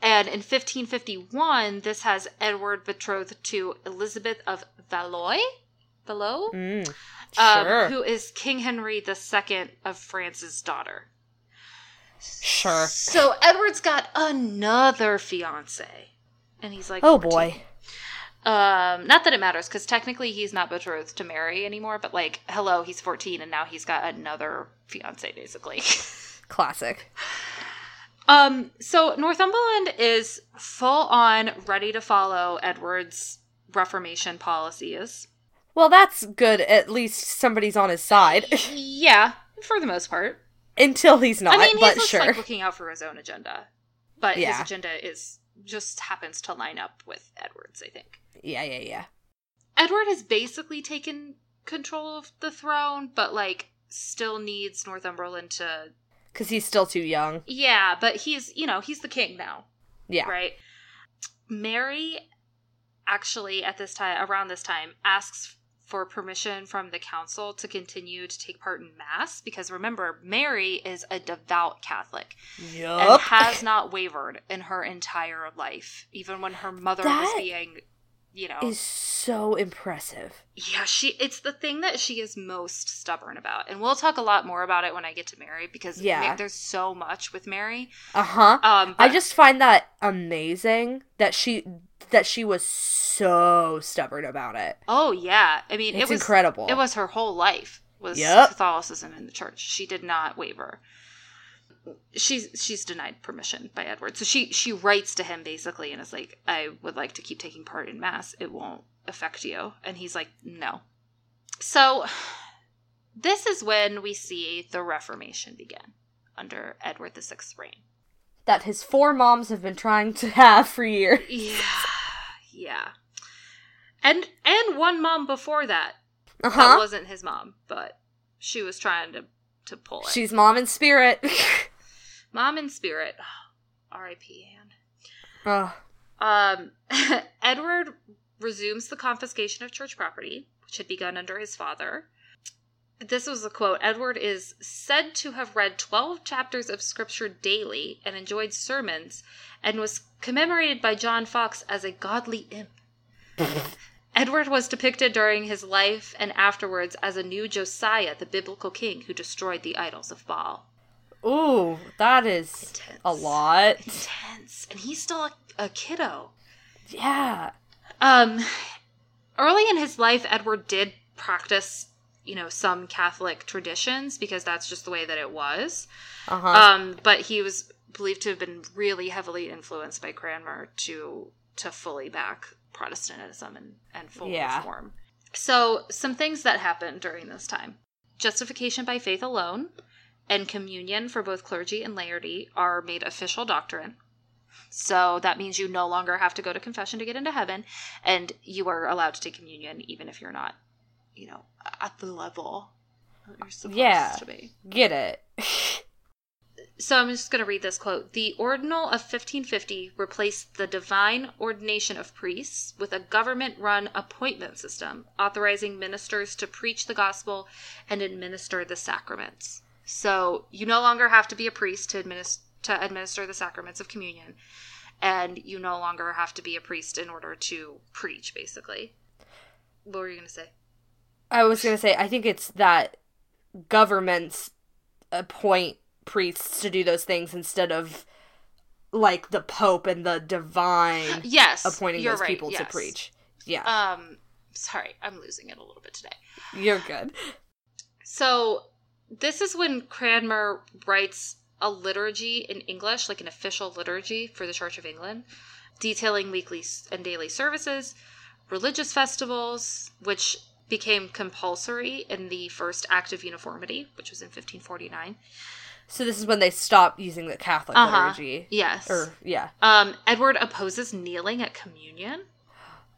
Speaker 1: and in 1551, this has Edward betrothed to Elizabeth of Valois, Valois,
Speaker 2: Mm,
Speaker 1: um,
Speaker 2: sure,
Speaker 1: who is King Henry II of France's daughter.
Speaker 2: sure.
Speaker 1: So Edward's got another fiance, and he's like,
Speaker 2: Oh
Speaker 1: 14.
Speaker 2: boy.
Speaker 1: Um, not that it matters because technically he's not betrothed to Mary anymore, but like, hello, he's 14 and now he's got another fiance basically.
Speaker 2: Classic.
Speaker 1: um, so Northumberland is full on ready to follow Edward's Reformation policies.
Speaker 2: Well, that's good. At least somebody's on his side.
Speaker 1: yeah, for the most part.
Speaker 2: Until he's not,
Speaker 1: I mean, he's
Speaker 2: but
Speaker 1: just
Speaker 2: sure.
Speaker 1: like looking out for his own agenda, but his
Speaker 2: Yeah.
Speaker 1: agenda is just happens to line up with Edward's, I think.
Speaker 2: yeah, yeah, yeah.
Speaker 1: Edward has basically taken control of the throne, but like still needs Northumberland to
Speaker 2: Because he's still too young.
Speaker 1: Yeah, but he's, you know, he's the king now,
Speaker 2: Yeah.
Speaker 1: right? Mary actually at this time around this time asks for permission from the council to continue to take part in mass because remember Mary is a devout Catholic and
Speaker 2: Yup.
Speaker 1: has not wavered in her entire life even when her mother was
Speaker 2: That-
Speaker 1: being you know
Speaker 2: is so impressive.
Speaker 1: yeah she it's the thing that she is most stubborn about and we'll talk a lot more about it when i get to mary because
Speaker 2: Yeah.
Speaker 1: Ma- there's so much with mary
Speaker 2: Uh huh.
Speaker 1: um
Speaker 2: I
Speaker 1: but-
Speaker 2: just find that amazing that she that she was so stubborn about it.
Speaker 1: oh yeah i mean
Speaker 2: It's
Speaker 1: it was
Speaker 2: incredible.
Speaker 1: it was her whole life was
Speaker 2: Yep.
Speaker 1: catholicism in the church she did not waver she's she's denied permission by edward so she she writes to him basically and is like i would like to keep taking part in mass it won't affect you and he's like no so this is when we see the reformation begin under edward the sixth reign
Speaker 2: that his four moms have been trying to have for years.
Speaker 1: yeah yeah and and one mom before that
Speaker 2: Uh
Speaker 1: That
Speaker 2: huh.
Speaker 1: wasn't his mom, but she was trying to to pull it.
Speaker 2: She's mom in spirit.
Speaker 1: mom in spirit. R.I.P. Anne.
Speaker 2: Ugh.
Speaker 1: Um, Edward resumes the confiscation of church property, which had begun under his father. This was a quote. Edward is said to have read 12 chapters of scripture daily and enjoyed sermons and was commemorated by John Fox as a godly imp. Edward was depicted during his life and afterwards as a new Josiah, the biblical king who destroyed the idols of Baal.
Speaker 2: Ooh, that is a
Speaker 1: Intense.
Speaker 2: lot.
Speaker 1: Intense. And he's still a, a kiddo.
Speaker 2: Yeah.
Speaker 1: Um, early in his life, Edward did practice, you know, some Catholic traditions because that's just the way that it was.
Speaker 2: Uh huh.
Speaker 1: Um, but he was believed to have been really heavily influenced by Cranmer to to fully back Protestantism and and full
Speaker 2: Yeah.
Speaker 1: reform. So, some things that happened during this time: justification by faith alone, and communion for both clergy and laity are made official doctrine. So that means you no longer have to go to confession to get into heaven, and you are allowed to take communion even if you're not, you know, at the level that you're supposed
Speaker 2: Yeah.
Speaker 1: to be.
Speaker 2: Get it.
Speaker 1: So I'm just going to read this quote. The ordinal of 1550 replaced the divine ordination of priests with a government run appointment system, authorizing ministers to preach the gospel and administer the sacraments. So you no longer have to be a priest to administer to administer the sacraments of communion and you no longer have to be a priest in order to preach basically. What were you going to say?
Speaker 2: I was gonna say I think it's that governments appoint priests to do those things instead of like the Pope and the divine
Speaker 1: Yes.
Speaker 2: appointing
Speaker 1: you're
Speaker 2: those
Speaker 1: right,
Speaker 2: people to
Speaker 1: yes.
Speaker 2: preach. Yeah,
Speaker 1: Um sorry, I'm losing it a little bit today.
Speaker 2: you're good.
Speaker 1: So this is when Cranmer writes a liturgy in English, like an official liturgy for the Church of England, detailing weekly s- and daily services, religious festivals, which became compulsory in the first Act of Uniformity, which was in 1549.
Speaker 2: So this is when they stop using the Catholic
Speaker 1: Uh-huh.
Speaker 2: liturgy. Er.
Speaker 1: Yes.
Speaker 2: Or yeah.
Speaker 1: Um, Edward opposes kneeling at communion.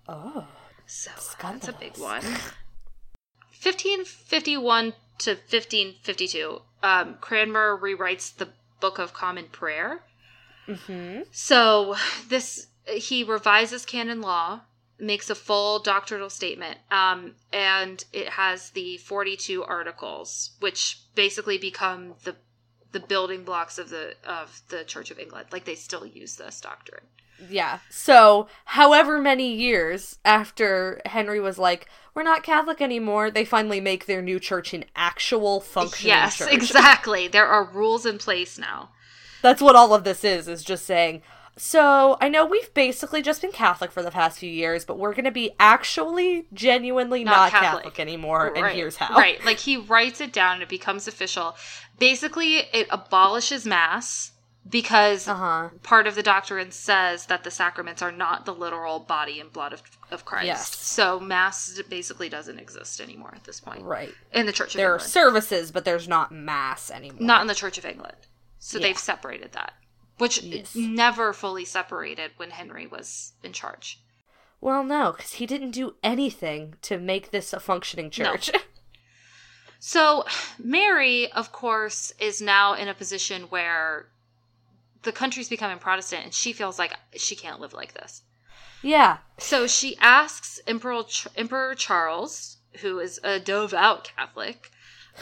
Speaker 2: Oh.
Speaker 1: So uh, that's a
Speaker 2: Scandalous.
Speaker 1: big one. 1551 to 1552, um, Cranmer rewrites the Book of Common Prayer.
Speaker 2: Mm-hmm.
Speaker 1: So this he revises canon law, makes a full doctrinal statement, um, and it has the forty-two articles, which basically become the the building blocks of the of the Church of England. Like they still use this doctrine.
Speaker 2: Yeah. So, however many years after Henry was like, "We're not Catholic anymore," they finally make their new church an actual functioning
Speaker 1: yes,
Speaker 2: church.
Speaker 1: exactly. There are rules in place now.
Speaker 2: That's what all of this is, is just saying, so I know we've basically just been Catholic for the past few years, but we're going to be actually, genuinely
Speaker 1: Not
Speaker 2: not,
Speaker 1: Catholic.
Speaker 2: Catholic. anymore, and here's how.
Speaker 1: Right. Like he writes it down and it becomes official. Basically, it abolishes mass because
Speaker 2: Uh huh.
Speaker 1: part of the doctrine says that the sacraments are not the literal body and blood of, of Christ.
Speaker 2: Yes.
Speaker 1: So mass basically doesn't exist anymore at this point
Speaker 2: Right.
Speaker 1: in the Church of
Speaker 2: There are
Speaker 1: England.
Speaker 2: services, but there's not mass anymore.
Speaker 1: not in the Church of England. So
Speaker 2: Yeah.
Speaker 1: they've separated that, which
Speaker 2: Yes.
Speaker 1: never fully separated when Henry was in charge.
Speaker 2: well, no, because he didn't do anything to make this a functioning church.
Speaker 1: So, Mary, of course, is now in a position where the country's becoming Protestant and she feels like she can't live like this.
Speaker 2: yeah.
Speaker 1: So she asks Emperor, Ch- Emperor Charles, who is a devout Catholic,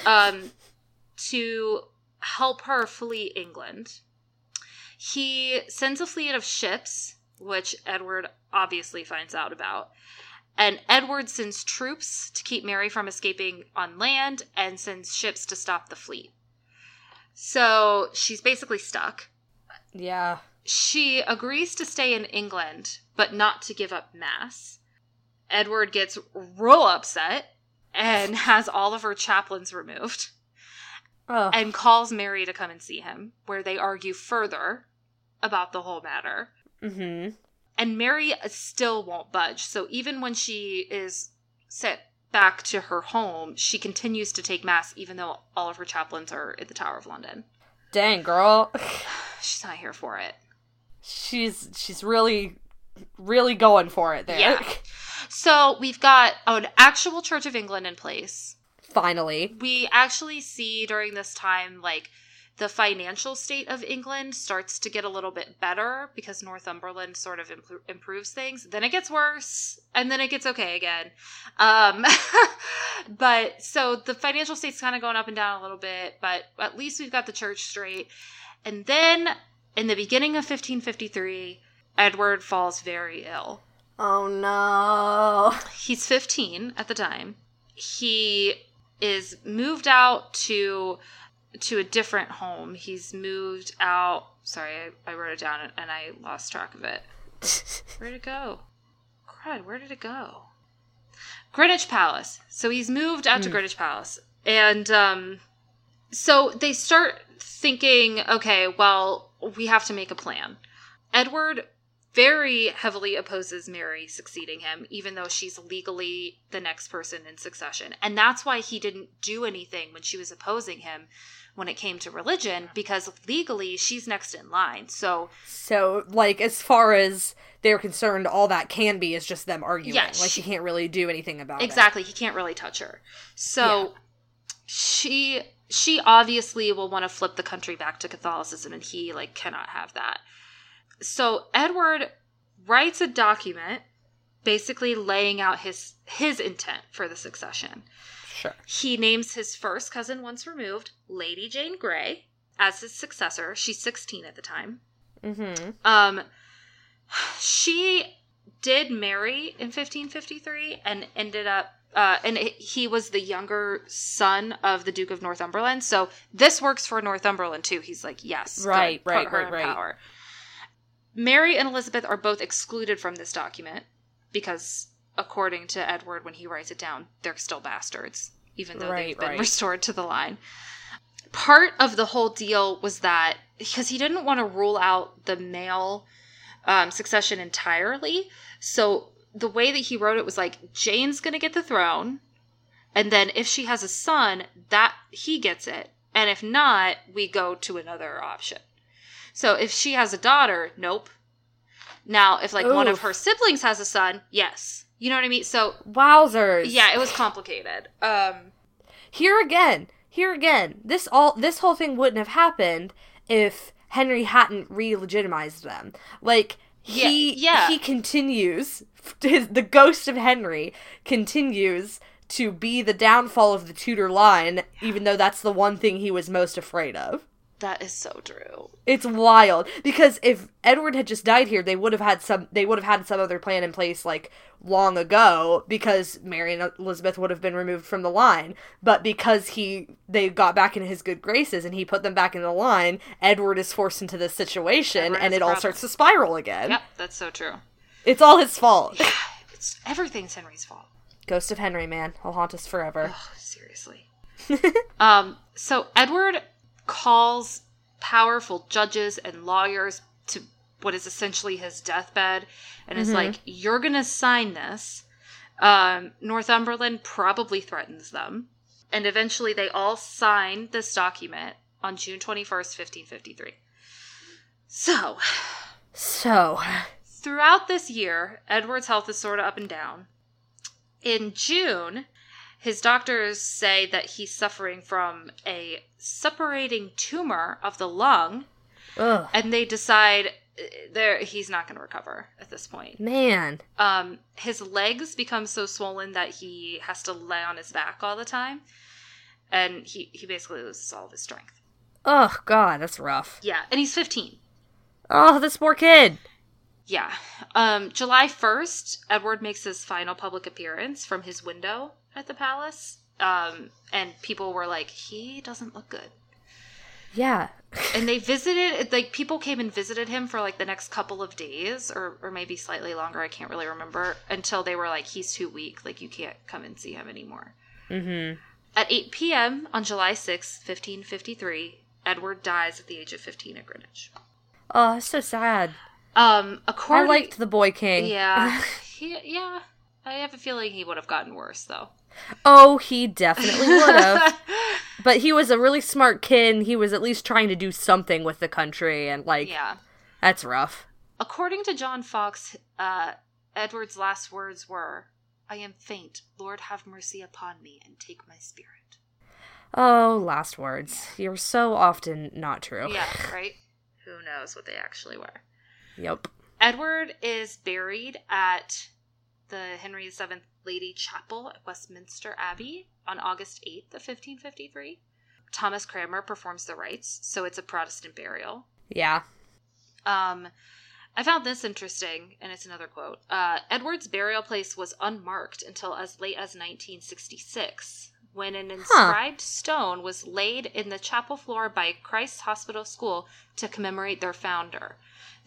Speaker 1: um, to help her flee England. He sends a fleet of ships which Edward obviously finds out about. And Edward sends troops to keep Mary from escaping on land and sends ships to stop the fleet. So she's basically stuck.
Speaker 2: Yeah.
Speaker 1: She agrees to stay in England, but not to give up Mass. Edward gets real upset and has all of her chaplains removed
Speaker 2: Oh.
Speaker 1: and calls Mary to come and see him, where they argue further about the whole matter.
Speaker 2: mm-hmm.
Speaker 1: And Mary still won't budge. So even when she is sent back to her home, she continues to take Mass, even though all of her chaplains are at the Tower of London.
Speaker 2: Dang, girl.
Speaker 1: She's not here for it.
Speaker 2: she's she's really really going for it there.
Speaker 1: Yeah. So we've got an actual Church of England in place.
Speaker 2: Finally.
Speaker 1: We actually see during this time, like, the financial state of England starts to get a little bit better because Northumberland sort of impro- improves things. Then it gets worse, and then it gets okay again. Um, but so the financial state's kind of going up and down a little bit, but at least we've got the church straight. And then in the beginning of 1553, Edward falls very ill.
Speaker 2: Oh no.
Speaker 1: He's 15 at the time. He is moved out to to a different home. He's moved out. Sorry, I, I wrote it down and- and I lost track of it. Where'd it go? Crud, where did it go? Greenwich Palace. So he's moved out to
Speaker 2: Hmm.
Speaker 1: Greenwich Palace. And um, so they start thinking okay, well, we have to make a plan. Edward very heavily opposes Mary succeeding him, even though she's legally the next person in succession. And that's why he didn't do anything when she was opposing him when it came to religion, because legally she's next in line. So
Speaker 2: so like as far as they're concerned, all that can be is just them arguing.
Speaker 1: Yeah,
Speaker 2: like
Speaker 1: she-
Speaker 2: you can't really do anything about it.
Speaker 1: exactly he can't really touch her so she she obviously will want to flip the country back to catholicism and he like cannot have that so edward writes a document basically laying out his his intent for the succession
Speaker 2: Sure.
Speaker 1: he names his first cousin once removed lady jane grey as his successor she's 16 at the time
Speaker 2: Mm-hmm.
Speaker 1: um, she did marry in 1553 and ended up, uh, and it- he was the younger son of the Duke of Northumberland. So this works for Northumberland too. He's like, yes, good,
Speaker 2: Right,
Speaker 1: put
Speaker 2: right,
Speaker 1: her
Speaker 2: right,
Speaker 1: in
Speaker 2: right.
Speaker 1: Power. Mary and Elizabeth are both excluded from this document because, according to Edward, when he writes it down, they're still bastards, even though they've
Speaker 2: Right,
Speaker 1: been
Speaker 2: right.
Speaker 1: restored to the line part of the whole deal was that because he didn't want to rule out the male um, succession entirely. So the way that he wrote it was like Jane's going to get the throne, and then if she has a son, that he gets it, and if not, we go to another option. So if she has a daughter, nope. Now, if like one of
Speaker 2: Oof.
Speaker 1: her siblings has a son, yes. You know what I mean? So
Speaker 2: Wowzers.
Speaker 1: yeah, it was complicated. Um
Speaker 2: Here again. Here again. This all this whole thing wouldn't have happened if Henry hadn't re-legitimized them. Like he
Speaker 1: Yeah, yeah.
Speaker 2: he continues his, the ghost of Henry continues to be the downfall of the Tudor line even though that's the one thing he was most afraid of.
Speaker 1: that is so true.
Speaker 2: It's wild because if Edward had just died here, they would have had some. They would have had some other plan in place like long ago because Mary and Elizabeth would have been removed from the line. But because he, they got back in his good graces and he put them back in the line. Edward is forced into this situation,
Speaker 1: Edward has
Speaker 2: and
Speaker 1: a
Speaker 2: it all
Speaker 1: problem.
Speaker 2: starts to spiral again.
Speaker 1: Yep, that's so true.
Speaker 2: It's all his fault.
Speaker 1: It's everything's Henry's fault.
Speaker 2: Ghost of Henry, man, he'll haunt us forever.
Speaker 1: Ugh, Oh, seriously. um, so Edward calls powerful judges and lawyers to what is essentially his deathbed and is
Speaker 2: Mhm.
Speaker 1: like, You're gonna sign this. Um, Northumberland probably threatens them. And eventually they all sign this document on June 21st, 1553. So,
Speaker 2: So,
Speaker 1: Throughout this year, Edward's health is sort of up and down. In June, his doctors say that he's suffering from a separating tumor of the lung,
Speaker 2: ugh,
Speaker 1: and they decide uh, there he's not going to recover at this point.
Speaker 2: man,
Speaker 1: Um, his legs become so swollen that he has to lay on his back all the time, and he he basically loses all of his strength.
Speaker 2: ugh, God, that's rough.
Speaker 1: Yeah, and he's 15.
Speaker 2: Oh, this poor kid.
Speaker 1: Yeah. Um, July 1st, Edward makes his final public appearance from his window at the palace. Um, and people were like, he doesn't look good.
Speaker 2: Yeah.
Speaker 1: And they visited, like, people came and visited him for like the next couple of days or, or maybe slightly longer. I can't really remember until they were like, he's too weak. Like, you can't come and see him anymore.
Speaker 2: Mm-hmm.
Speaker 1: At 8 p.m. on July 6th, 1553, Edward dies at the age of 15 at Greenwich.
Speaker 2: Oh, it's so sad.
Speaker 1: Um,
Speaker 2: I
Speaker 1: according
Speaker 2: liked the boy king.
Speaker 1: Yeah. he, yeah. I have a feeling he would have gotten worse though.
Speaker 2: Oh, he definitely would have. but he was a really smart kid. And he was at least trying to do something with the country, and like
Speaker 1: yeah.
Speaker 2: that's rough.
Speaker 1: According to John Fox, uh, Edward's last words were, "I am faint. Lord, have mercy upon me and take my spirit."
Speaker 2: Oh, last words. You're so often not true.
Speaker 1: Yeah. Right. Who knows what they actually were?
Speaker 2: Yep.
Speaker 1: Edward is buried at the Henry VII Lady Chapel at Westminster Abbey on August 8th of 1553. Thomas Cranmer performs the rites, so it's a Protestant burial.
Speaker 2: Yeah.
Speaker 1: Um, I found this interesting, and it's another quote. Uh, Edward's burial place was unmarked until as late as 1966, when an inscribed stone was laid in the chapel floor by Christ's Hospital School to commemorate their founder.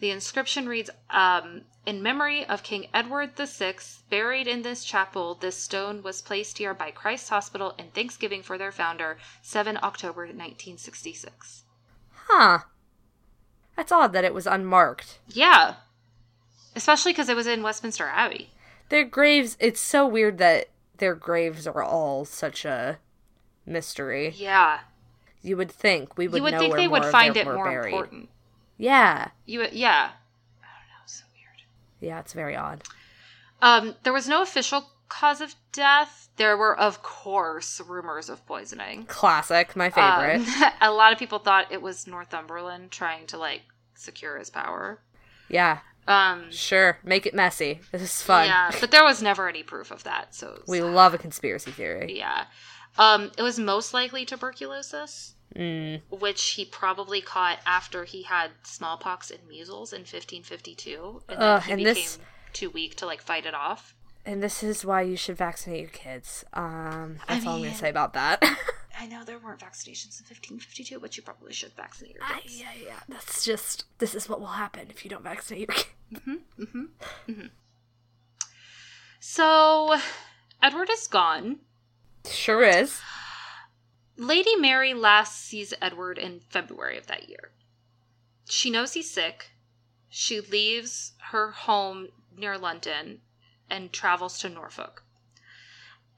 Speaker 1: The inscription reads um, In memory of King Edward VI, buried in this chapel, this stone was placed here by Christ's Hospital in thanksgiving for their founder, 7 October 1966.
Speaker 2: Huh. That's odd that it was unmarked.
Speaker 1: Yeah. Especially because it was in Westminster Abbey.
Speaker 2: Their graves. It's so weird that their graves are all such a mystery.
Speaker 1: Yeah.
Speaker 2: You would think we would.
Speaker 1: you would
Speaker 2: know
Speaker 1: think
Speaker 2: where
Speaker 1: they would
Speaker 2: more of
Speaker 1: find
Speaker 2: their
Speaker 1: it
Speaker 2: were
Speaker 1: more
Speaker 2: buried.
Speaker 1: important.
Speaker 2: Yeah.
Speaker 1: You would- yeah. I don't know, so weird.
Speaker 2: Yeah, it's very odd.
Speaker 1: Um, there was no official cause of death. There were, of course, rumors of poisoning.
Speaker 2: Classic, my favorite.
Speaker 1: Um, a lot of people thought it was Northumberland trying to like secure his power.
Speaker 2: yeah,
Speaker 1: Um,
Speaker 2: sure. Make it messy. This is fun.
Speaker 1: Yeah, but there was never any proof of that. So
Speaker 2: We love a conspiracy theory.
Speaker 1: yeah, um, it was most likely tuberculosis.
Speaker 2: Mm,
Speaker 1: which he probably caught after he had smallpox and measles in 1552 and then
Speaker 2: Ugh,
Speaker 1: he
Speaker 2: and
Speaker 1: became
Speaker 2: this-
Speaker 1: too weak to like fight it off
Speaker 2: and this is why you should vaccinate your kids. Um,
Speaker 1: I
Speaker 2: that's all I'm gonna
Speaker 1: mean-
Speaker 2: say about that.
Speaker 1: i know there weren't vaccinations in 1552 but you probably should vaccinate your
Speaker 2: Ah,
Speaker 1: kids
Speaker 2: yeah, yeah. That's just this is what will happen if you don't vaccinate your kids. mm-hmm,
Speaker 1: hmm hmm so edward is gone
Speaker 2: Sure is.
Speaker 1: lady mary last sees edward in february of that year she knows he's sick she leaves her home near london and travels to norfolk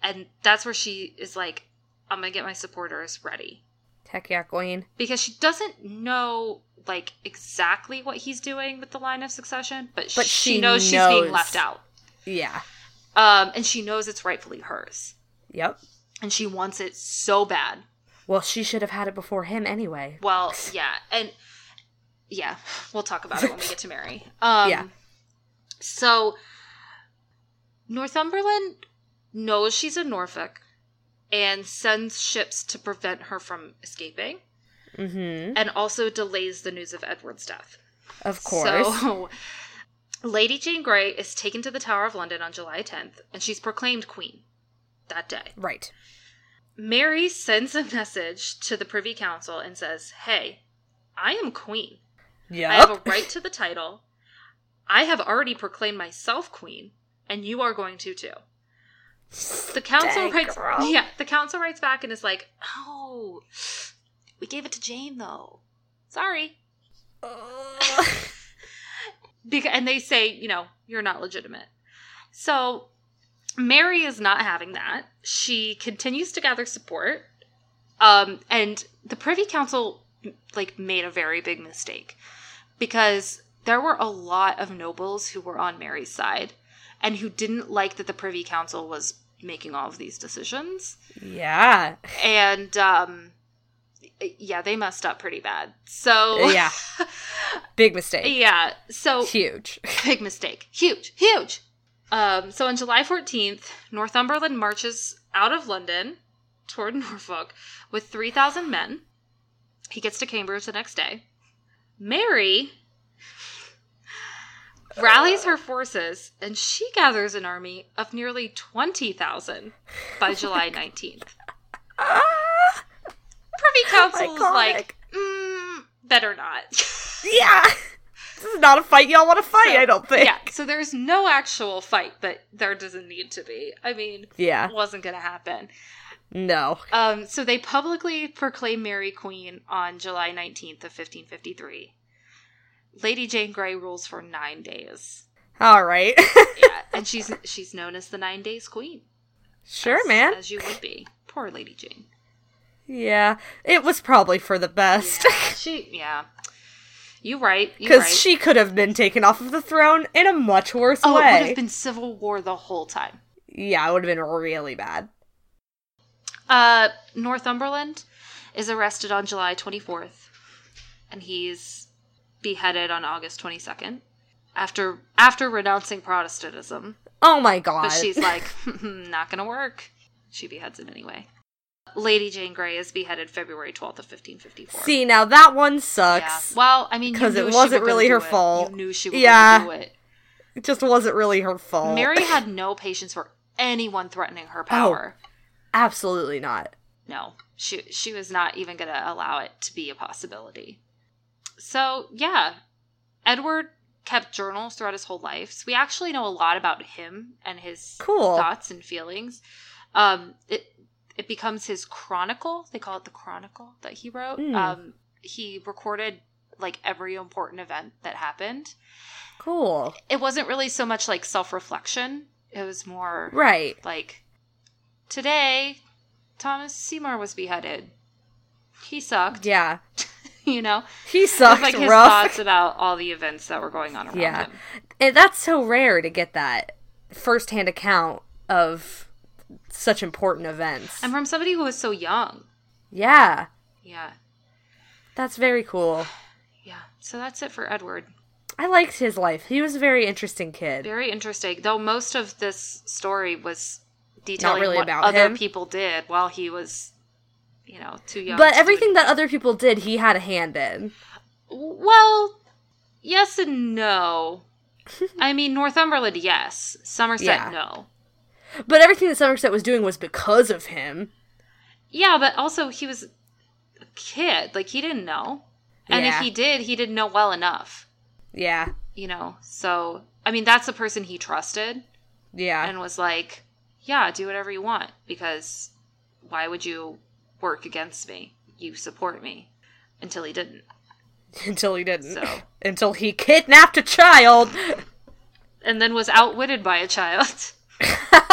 Speaker 1: and that's where she is like i'm gonna get my supporters ready
Speaker 2: Heck yeah, Queen.
Speaker 1: because she doesn't know like exactly what he's doing with the line of succession but,
Speaker 2: But
Speaker 1: she,
Speaker 2: she
Speaker 1: knows, she's being
Speaker 2: knows.
Speaker 1: left out
Speaker 2: Yeah.
Speaker 1: um, and she knows it's rightfully hers
Speaker 2: Yep.
Speaker 1: and she wants it so bad
Speaker 2: Well, she should have had it before him anyway.
Speaker 1: well yeah and yeah we'll talk about it when we get to mary um,
Speaker 2: Yeah.
Speaker 1: so northumberland knows she's in norfolk and sends ships to prevent her from escaping
Speaker 2: Mm-hmm.
Speaker 1: and also delays the news of edward's death
Speaker 2: Of course.
Speaker 1: So, Lady Jane Grey is taken to the Tower of London on July 10th, and she's proclaimed queen that day.
Speaker 2: Right.
Speaker 1: Mary sends a message to the Privy Council and says, Hey, I am queen. I have a
Speaker 2: Yep.
Speaker 1: right to the title. I have already proclaimed myself queen, and you are going to too. The council
Speaker 2: Dang,
Speaker 1: writes
Speaker 2: girl.
Speaker 1: Yeah, the council writes back and is like, Oh, we gave it to Jane though. Sorry.
Speaker 2: Ugh.
Speaker 1: because and they say you know you're not legitimate so mary is not having that she continues to gather support um and the privy council like made a very big mistake because there were a lot of nobles who were on mary's side and who didn't like that the privy council was making all of these decisions
Speaker 2: yeah.
Speaker 1: and um yeah they messed up pretty bad so
Speaker 2: Yeah. Big mistake.
Speaker 1: yeah so
Speaker 2: Huge.
Speaker 1: big mistake. Huge, huge. Um, so on July 14th, Northumberland marches out of London toward Norfolk with 3,000 men. He gets to Cambridge the next day. Mary rallies her forces, and she gathers an army of nearly 20,000 by July 19th.
Speaker 2: Ah,
Speaker 1: Privy Council is
Speaker 2: Iconic.
Speaker 1: like, mm, better not.
Speaker 2: yeah. This is not a fight y'all want to fight, I don't think.
Speaker 1: yeah, so there's no actual fight, but there doesn't need to be. I mean,
Speaker 2: Yeah.
Speaker 1: it wasn't going to happen.
Speaker 2: No.
Speaker 1: Um, so they publicly proclaim Mary Queen on July 19th of 1553. Lady Jane Grey rules for nine days.
Speaker 2: All right.
Speaker 1: Yeah, and she's she's known as the Nine Days Queen.
Speaker 2: sure,
Speaker 1: as-
Speaker 2: man.
Speaker 1: As you would be. Poor Lady Jane.
Speaker 2: Yeah. It was probably for the best.
Speaker 1: Yeah, she, yeah. You right. You
Speaker 2: Because
Speaker 1: right.
Speaker 2: she could have been taken off of the throne in a much worse
Speaker 1: oh, it would
Speaker 2: way.
Speaker 1: have been civil war the whole time.
Speaker 2: yeah, it would have been really bad.
Speaker 1: Uh, Northumberland is arrested on July 24th, and he's beheaded on August 22nd after after renouncing Protestantism.
Speaker 2: Oh my god.
Speaker 1: But she's like, "Hmm, not gonna work. She beheads him anyway. Lady Jane Grey is beheaded February 12th of 1554.
Speaker 2: See, now that one
Speaker 1: Yeah.
Speaker 2: sucks.
Speaker 1: Well, I mean, you
Speaker 2: 'Cause it
Speaker 1: knew she
Speaker 2: wasn't
Speaker 1: were gonna
Speaker 2: really
Speaker 1: do
Speaker 2: her
Speaker 1: it.
Speaker 2: fault.
Speaker 1: You knew she was
Speaker 2: Yeah.
Speaker 1: gonna do it.
Speaker 2: It just wasn't really her fault.
Speaker 1: Mary had no patience for anyone threatening
Speaker 2: Oh.
Speaker 1: her power.
Speaker 2: Absolutely not.
Speaker 1: No, she she was not even going to allow it to be a possibility. So yeah, Edward kept journals throughout his whole life. So we actually know a lot about him and his
Speaker 2: Cool.
Speaker 1: thoughts and feelings. Um, it it becomes his chronicle. They call it the chronicle that he wrote.
Speaker 2: Mm.
Speaker 1: Um, he recorded like every important event that happened.
Speaker 2: Cool.
Speaker 1: It wasn't really so much like self reflection. It was more
Speaker 2: Right.
Speaker 1: like today thomas seymour was beheaded he sucked
Speaker 2: Yeah.
Speaker 1: you know
Speaker 2: He
Speaker 1: It was
Speaker 2: sucked
Speaker 1: like his
Speaker 2: rough.
Speaker 1: thoughts about all the events that were going on around
Speaker 2: Yeah.
Speaker 1: him
Speaker 2: And that's so rare to get that firsthand account of such important events.
Speaker 1: and from somebody who was so young
Speaker 2: yeah.
Speaker 1: yeah
Speaker 2: That's very cool.
Speaker 1: yeah so that's it for edward
Speaker 2: I liked his life. He was a very interesting kid.
Speaker 1: very interesting though most of this story was detailing
Speaker 2: really
Speaker 1: what
Speaker 2: about
Speaker 1: other
Speaker 2: him.
Speaker 1: people did while he was you know too young
Speaker 2: But
Speaker 1: to do
Speaker 2: everything that other people did, he had a hand in.
Speaker 1: Well, yes and no. I mean, Northumberland, yes. Somerset,
Speaker 2: Yeah.
Speaker 1: no.
Speaker 2: But everything that Somerset was doing was because of him.
Speaker 1: Yeah, but also he was a kid. Like, he didn't know. And
Speaker 2: Yeah.
Speaker 1: if he did, he didn't know well enough,
Speaker 2: Yeah.
Speaker 1: you know? So, I mean, that's the person he trusted
Speaker 2: Yeah.
Speaker 1: and was like, yeah, do whatever you want because why would you work against me? You support me. Until he didn't.
Speaker 2: Until he didn't.
Speaker 1: So.
Speaker 2: Until he kidnapped a child.
Speaker 1: And then was outwitted by a child.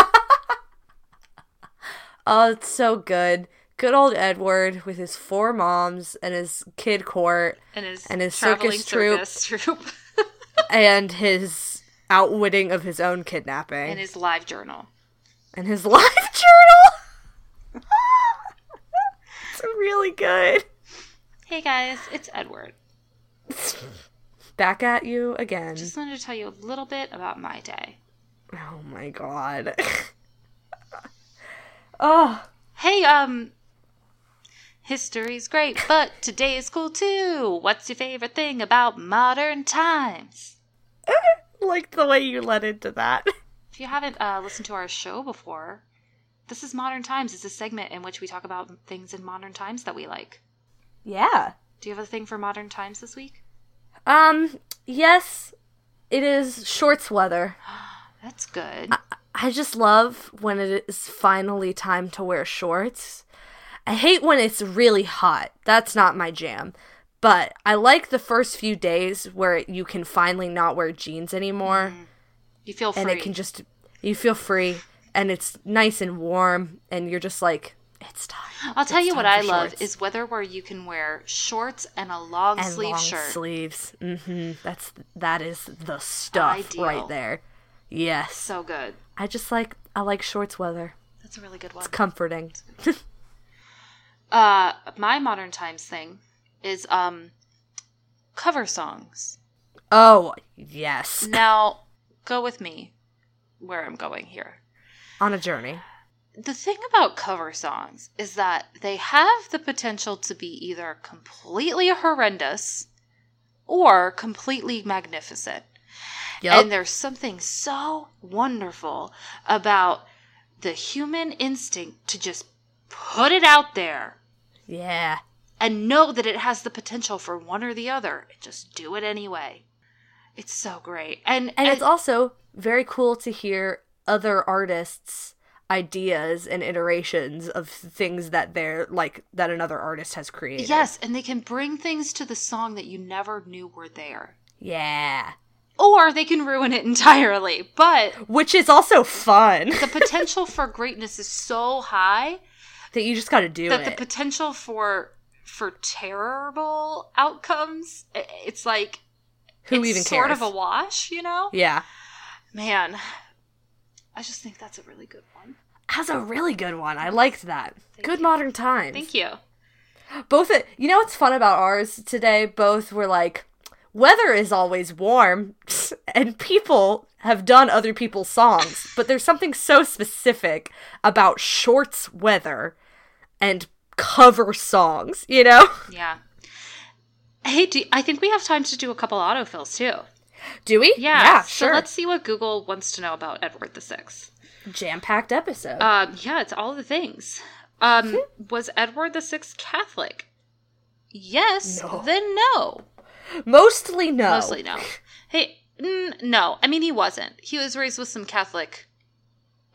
Speaker 2: Oh, it's so good. Good old Edward with his four moms and his kid court
Speaker 1: And his,
Speaker 2: And his
Speaker 1: traveling
Speaker 2: circus troupe.
Speaker 1: circus troupe.
Speaker 2: and his outwitting of his own kidnapping
Speaker 1: in his live journal.
Speaker 2: and his life journal. it's really good.
Speaker 1: Hey guys, it's Edward.
Speaker 2: Back at you again.
Speaker 1: Just wanted to tell you a little bit about my day.
Speaker 2: Oh my god. oh,
Speaker 1: Hey, um, history's great, but today is cool too. What's your favorite thing about modern times?
Speaker 2: liked the way you led into that.
Speaker 1: If you haven't uh, listened to our show before, this is Modern Times. It's a segment in which we talk about things in modern times that we like.
Speaker 2: Yeah.
Speaker 1: Do you have a thing for modern times this week?
Speaker 2: Um, yes, it is shorts weather.
Speaker 1: That's good.
Speaker 2: Uh, I just love when it is finally time to wear shorts. I hate when it's really hot. That's not my jam. But I like the first few days where you can finally not wear jeans anymore
Speaker 1: you feel Mm, free.
Speaker 2: and it can just you feel free and it's nice and warm and you're just like it's time.
Speaker 1: I'll tell
Speaker 2: it's
Speaker 1: you what
Speaker 2: time
Speaker 1: I
Speaker 2: for
Speaker 1: love
Speaker 2: shorts.
Speaker 1: is weather where you can wear shorts and a long
Speaker 2: And
Speaker 1: sleeve
Speaker 2: long
Speaker 1: shirt.
Speaker 2: sleeves. Mhm. That's that is the stuff
Speaker 1: Ideal.
Speaker 2: right there. Yes.
Speaker 1: So good.
Speaker 2: I just like I like shorts weather.
Speaker 1: That's a really good one.
Speaker 2: It's comforting.
Speaker 1: Uh, my modern times thing is um cover songs.
Speaker 2: Oh, yes.
Speaker 1: Now, go with me where I'm going here.
Speaker 2: On a journey.
Speaker 1: The thing about cover songs is that they have the potential to be either completely horrendous or completely magnificent.
Speaker 2: Yep.
Speaker 1: And there's something so wonderful about the human instinct to just put it out there
Speaker 2: Yeah.
Speaker 1: and know that it has the potential for one or the other and just do it anyway. It's so great. And
Speaker 2: And it's also very cool to hear other artists' ideas and iterations of things that they're like that another artist has created.
Speaker 1: yes, and they can bring things to the song that you never knew were there.
Speaker 2: Yeah.
Speaker 1: Or they can ruin it entirely. But
Speaker 2: Which is also fun
Speaker 1: the potential for greatness is so high
Speaker 2: that you just got to do
Speaker 1: that the
Speaker 2: it.
Speaker 1: potential for for terrible outcomes i- it's like
Speaker 2: Who
Speaker 1: it's
Speaker 2: even cares?
Speaker 1: sort of a wash, you know?
Speaker 2: yeah.
Speaker 1: Man, I just think that's a really good one.
Speaker 2: That's a really good one. I liked that. good modern times.
Speaker 1: Thank you.
Speaker 2: both you know what's fun about ours today both were like weather is always warm and people have done other people's songs but there's something so specific about shorts weather and cover songs you know
Speaker 1: Yeah. Hey, do, I think we have time to do a couple autofills too.
Speaker 2: do we
Speaker 1: Yeah,
Speaker 2: yeah
Speaker 1: so
Speaker 2: sure
Speaker 1: let's see what Google wants to know about Edward the Sixth.
Speaker 2: jam-packed episode
Speaker 1: Um, yeah, it's all the things. Um,
Speaker 2: Hmm.
Speaker 1: was Edward the Sixth Catholic? Yes.
Speaker 2: No. Oh.
Speaker 1: Then no.
Speaker 2: Uh, mostly no
Speaker 1: Mostly no. Hey, mm, no. I mean, he wasn't. He was raised with some Catholic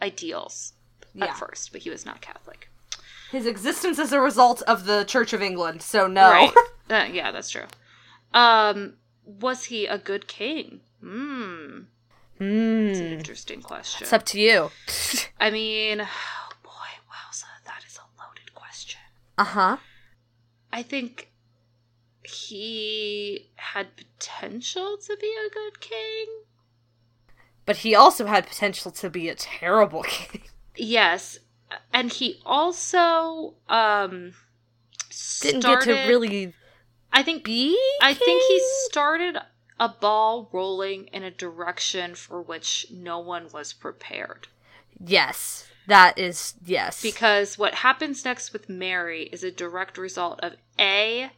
Speaker 1: ideals
Speaker 2: Yeah.
Speaker 1: at first, but he was not Catholic.
Speaker 2: his existence is a result of the church of england so no
Speaker 1: Right. Uh, yeah, that's true. Um, was he a good king? Hmm. It's an
Speaker 2: Hmm.
Speaker 1: interesting question.
Speaker 2: it's up to you
Speaker 1: I mean, oh boy, wowza, that is a loaded question.
Speaker 2: uh-huh
Speaker 1: I think he had potential to be a good king.
Speaker 2: but he also had potential to be a terrible king
Speaker 1: Yes, and he also um
Speaker 2: didn't get
Speaker 1: started-
Speaker 2: to really
Speaker 1: I think
Speaker 2: be.
Speaker 1: I think he
Speaker 2: king?
Speaker 1: started a ball rolling in a direction for which no one was prepared.
Speaker 2: Yes, that is yes.
Speaker 1: Because what happens next with Mary is a direct result of A,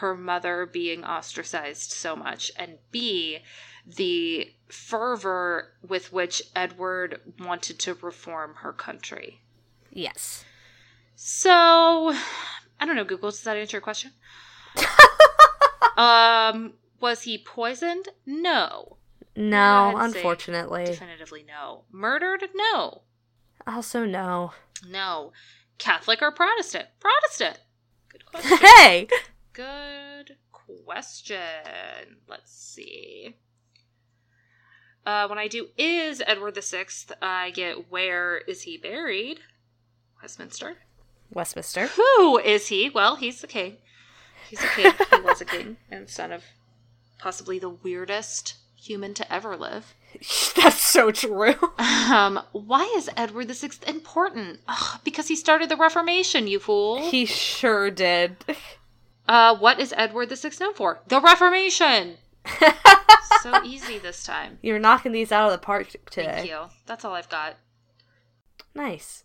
Speaker 1: her mother being ostracized so much, and B, the fervor with which Edward wanted to reform her country.
Speaker 2: yes,
Speaker 1: So, I don't know, Google, does that answer your question? um, was he poisoned? No.
Speaker 2: no,
Speaker 1: I'd say
Speaker 2: unfortunately,
Speaker 1: Definitively no. Murdered? No.
Speaker 2: also no.
Speaker 1: No. Catholic or Protestant? Protestant. Good question.
Speaker 2: Hey,
Speaker 1: Good question. Let's see. Uh, when I do is Edward the Sixth, I get where is he buried? Westminster.
Speaker 2: Westminster.
Speaker 1: Who is he? Well, he's the king. He's a king. he was a king and son of possibly the weirdest human to ever live.
Speaker 2: That's so true.
Speaker 1: Um, why is Edward the Sixth important? Ugh, because he started the Reformation, you fool.
Speaker 2: He sure did.
Speaker 1: Uh, what is Edward the Sixth known for? The Reformation. so easy this time.
Speaker 2: You're knocking these out of the park today.
Speaker 1: Thank you. That's all I've got.
Speaker 2: Nice.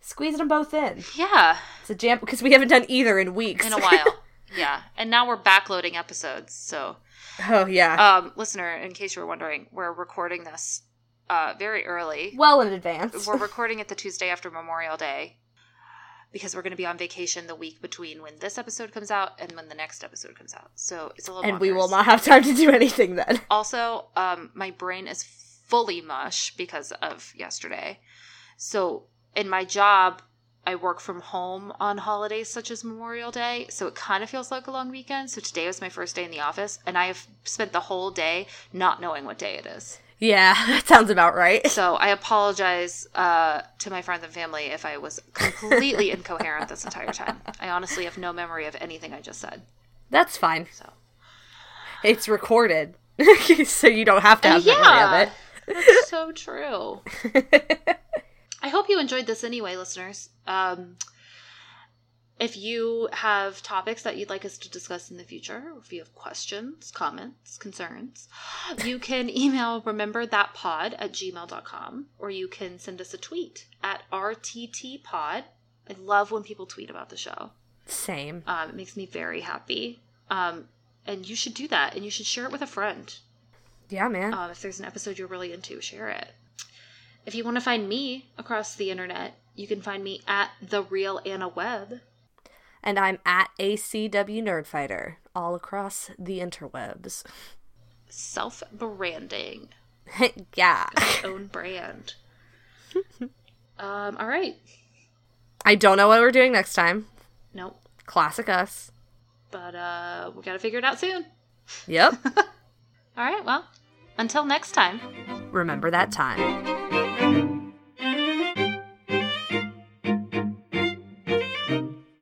Speaker 2: Squeezing them both in.
Speaker 1: Yeah,
Speaker 2: It's a jam because we haven't done either in weeks.
Speaker 1: in a while. yeah, and now we're backloading episodes. So,
Speaker 2: oh yeah.
Speaker 1: um, listener, in case you were wondering, we're recording this uh, very early.
Speaker 2: well in advance.
Speaker 1: We're recording it the Tuesday after Memorial Day because we're going to be on vacation the week between when this episode comes out and when the next episode comes out. So it's a little.
Speaker 2: And we
Speaker 1: bonkers.
Speaker 2: will not have time to do anything then.
Speaker 1: Also, um, my brain is fully mush because of yesterday. So, in my job, I work from home on holidays such as Memorial Day, so it kind of feels like a long weekend. So, today was my first day in the office, and I have spent the whole day not knowing what day it is.
Speaker 2: Yeah, that sounds about right.
Speaker 1: So, I apologize uh, to my friends and family if I was completely incoherent this entire time. I honestly have no memory of anything I just said.
Speaker 2: That's fine.
Speaker 1: So,
Speaker 2: It's recorded, so you don't have to
Speaker 1: Uh,
Speaker 2: have memory of it.
Speaker 1: That's so true. I hope you enjoyed this anyway, listeners. Um, if you have topics that you'd like us to discuss in the future, or if you have questions, comments, concerns, you can email rememberthatpod at gmail.com or you can send us a tweet at rttpod. I love when people tweet about the show.
Speaker 2: Same.
Speaker 1: Um, it makes me very happy. Um, and you should do that, and you should share it with a friend.
Speaker 2: Yeah, man.
Speaker 1: Um, if there's an episode you're really into, share it. If you want to find me across the internet, you can find me at the real Anna Webb.
Speaker 2: and I'm at ACW Nerdfighter all across the interwebs.
Speaker 1: Self branding,
Speaker 2: yeah.
Speaker 1: own brand. um, all right.
Speaker 2: I don't know what we're doing next time.
Speaker 1: Nope.
Speaker 2: Classic us.
Speaker 1: But uh, we got to figure it out soon.
Speaker 2: Yep.
Speaker 1: All right. Well, until next time.
Speaker 2: Remember that time.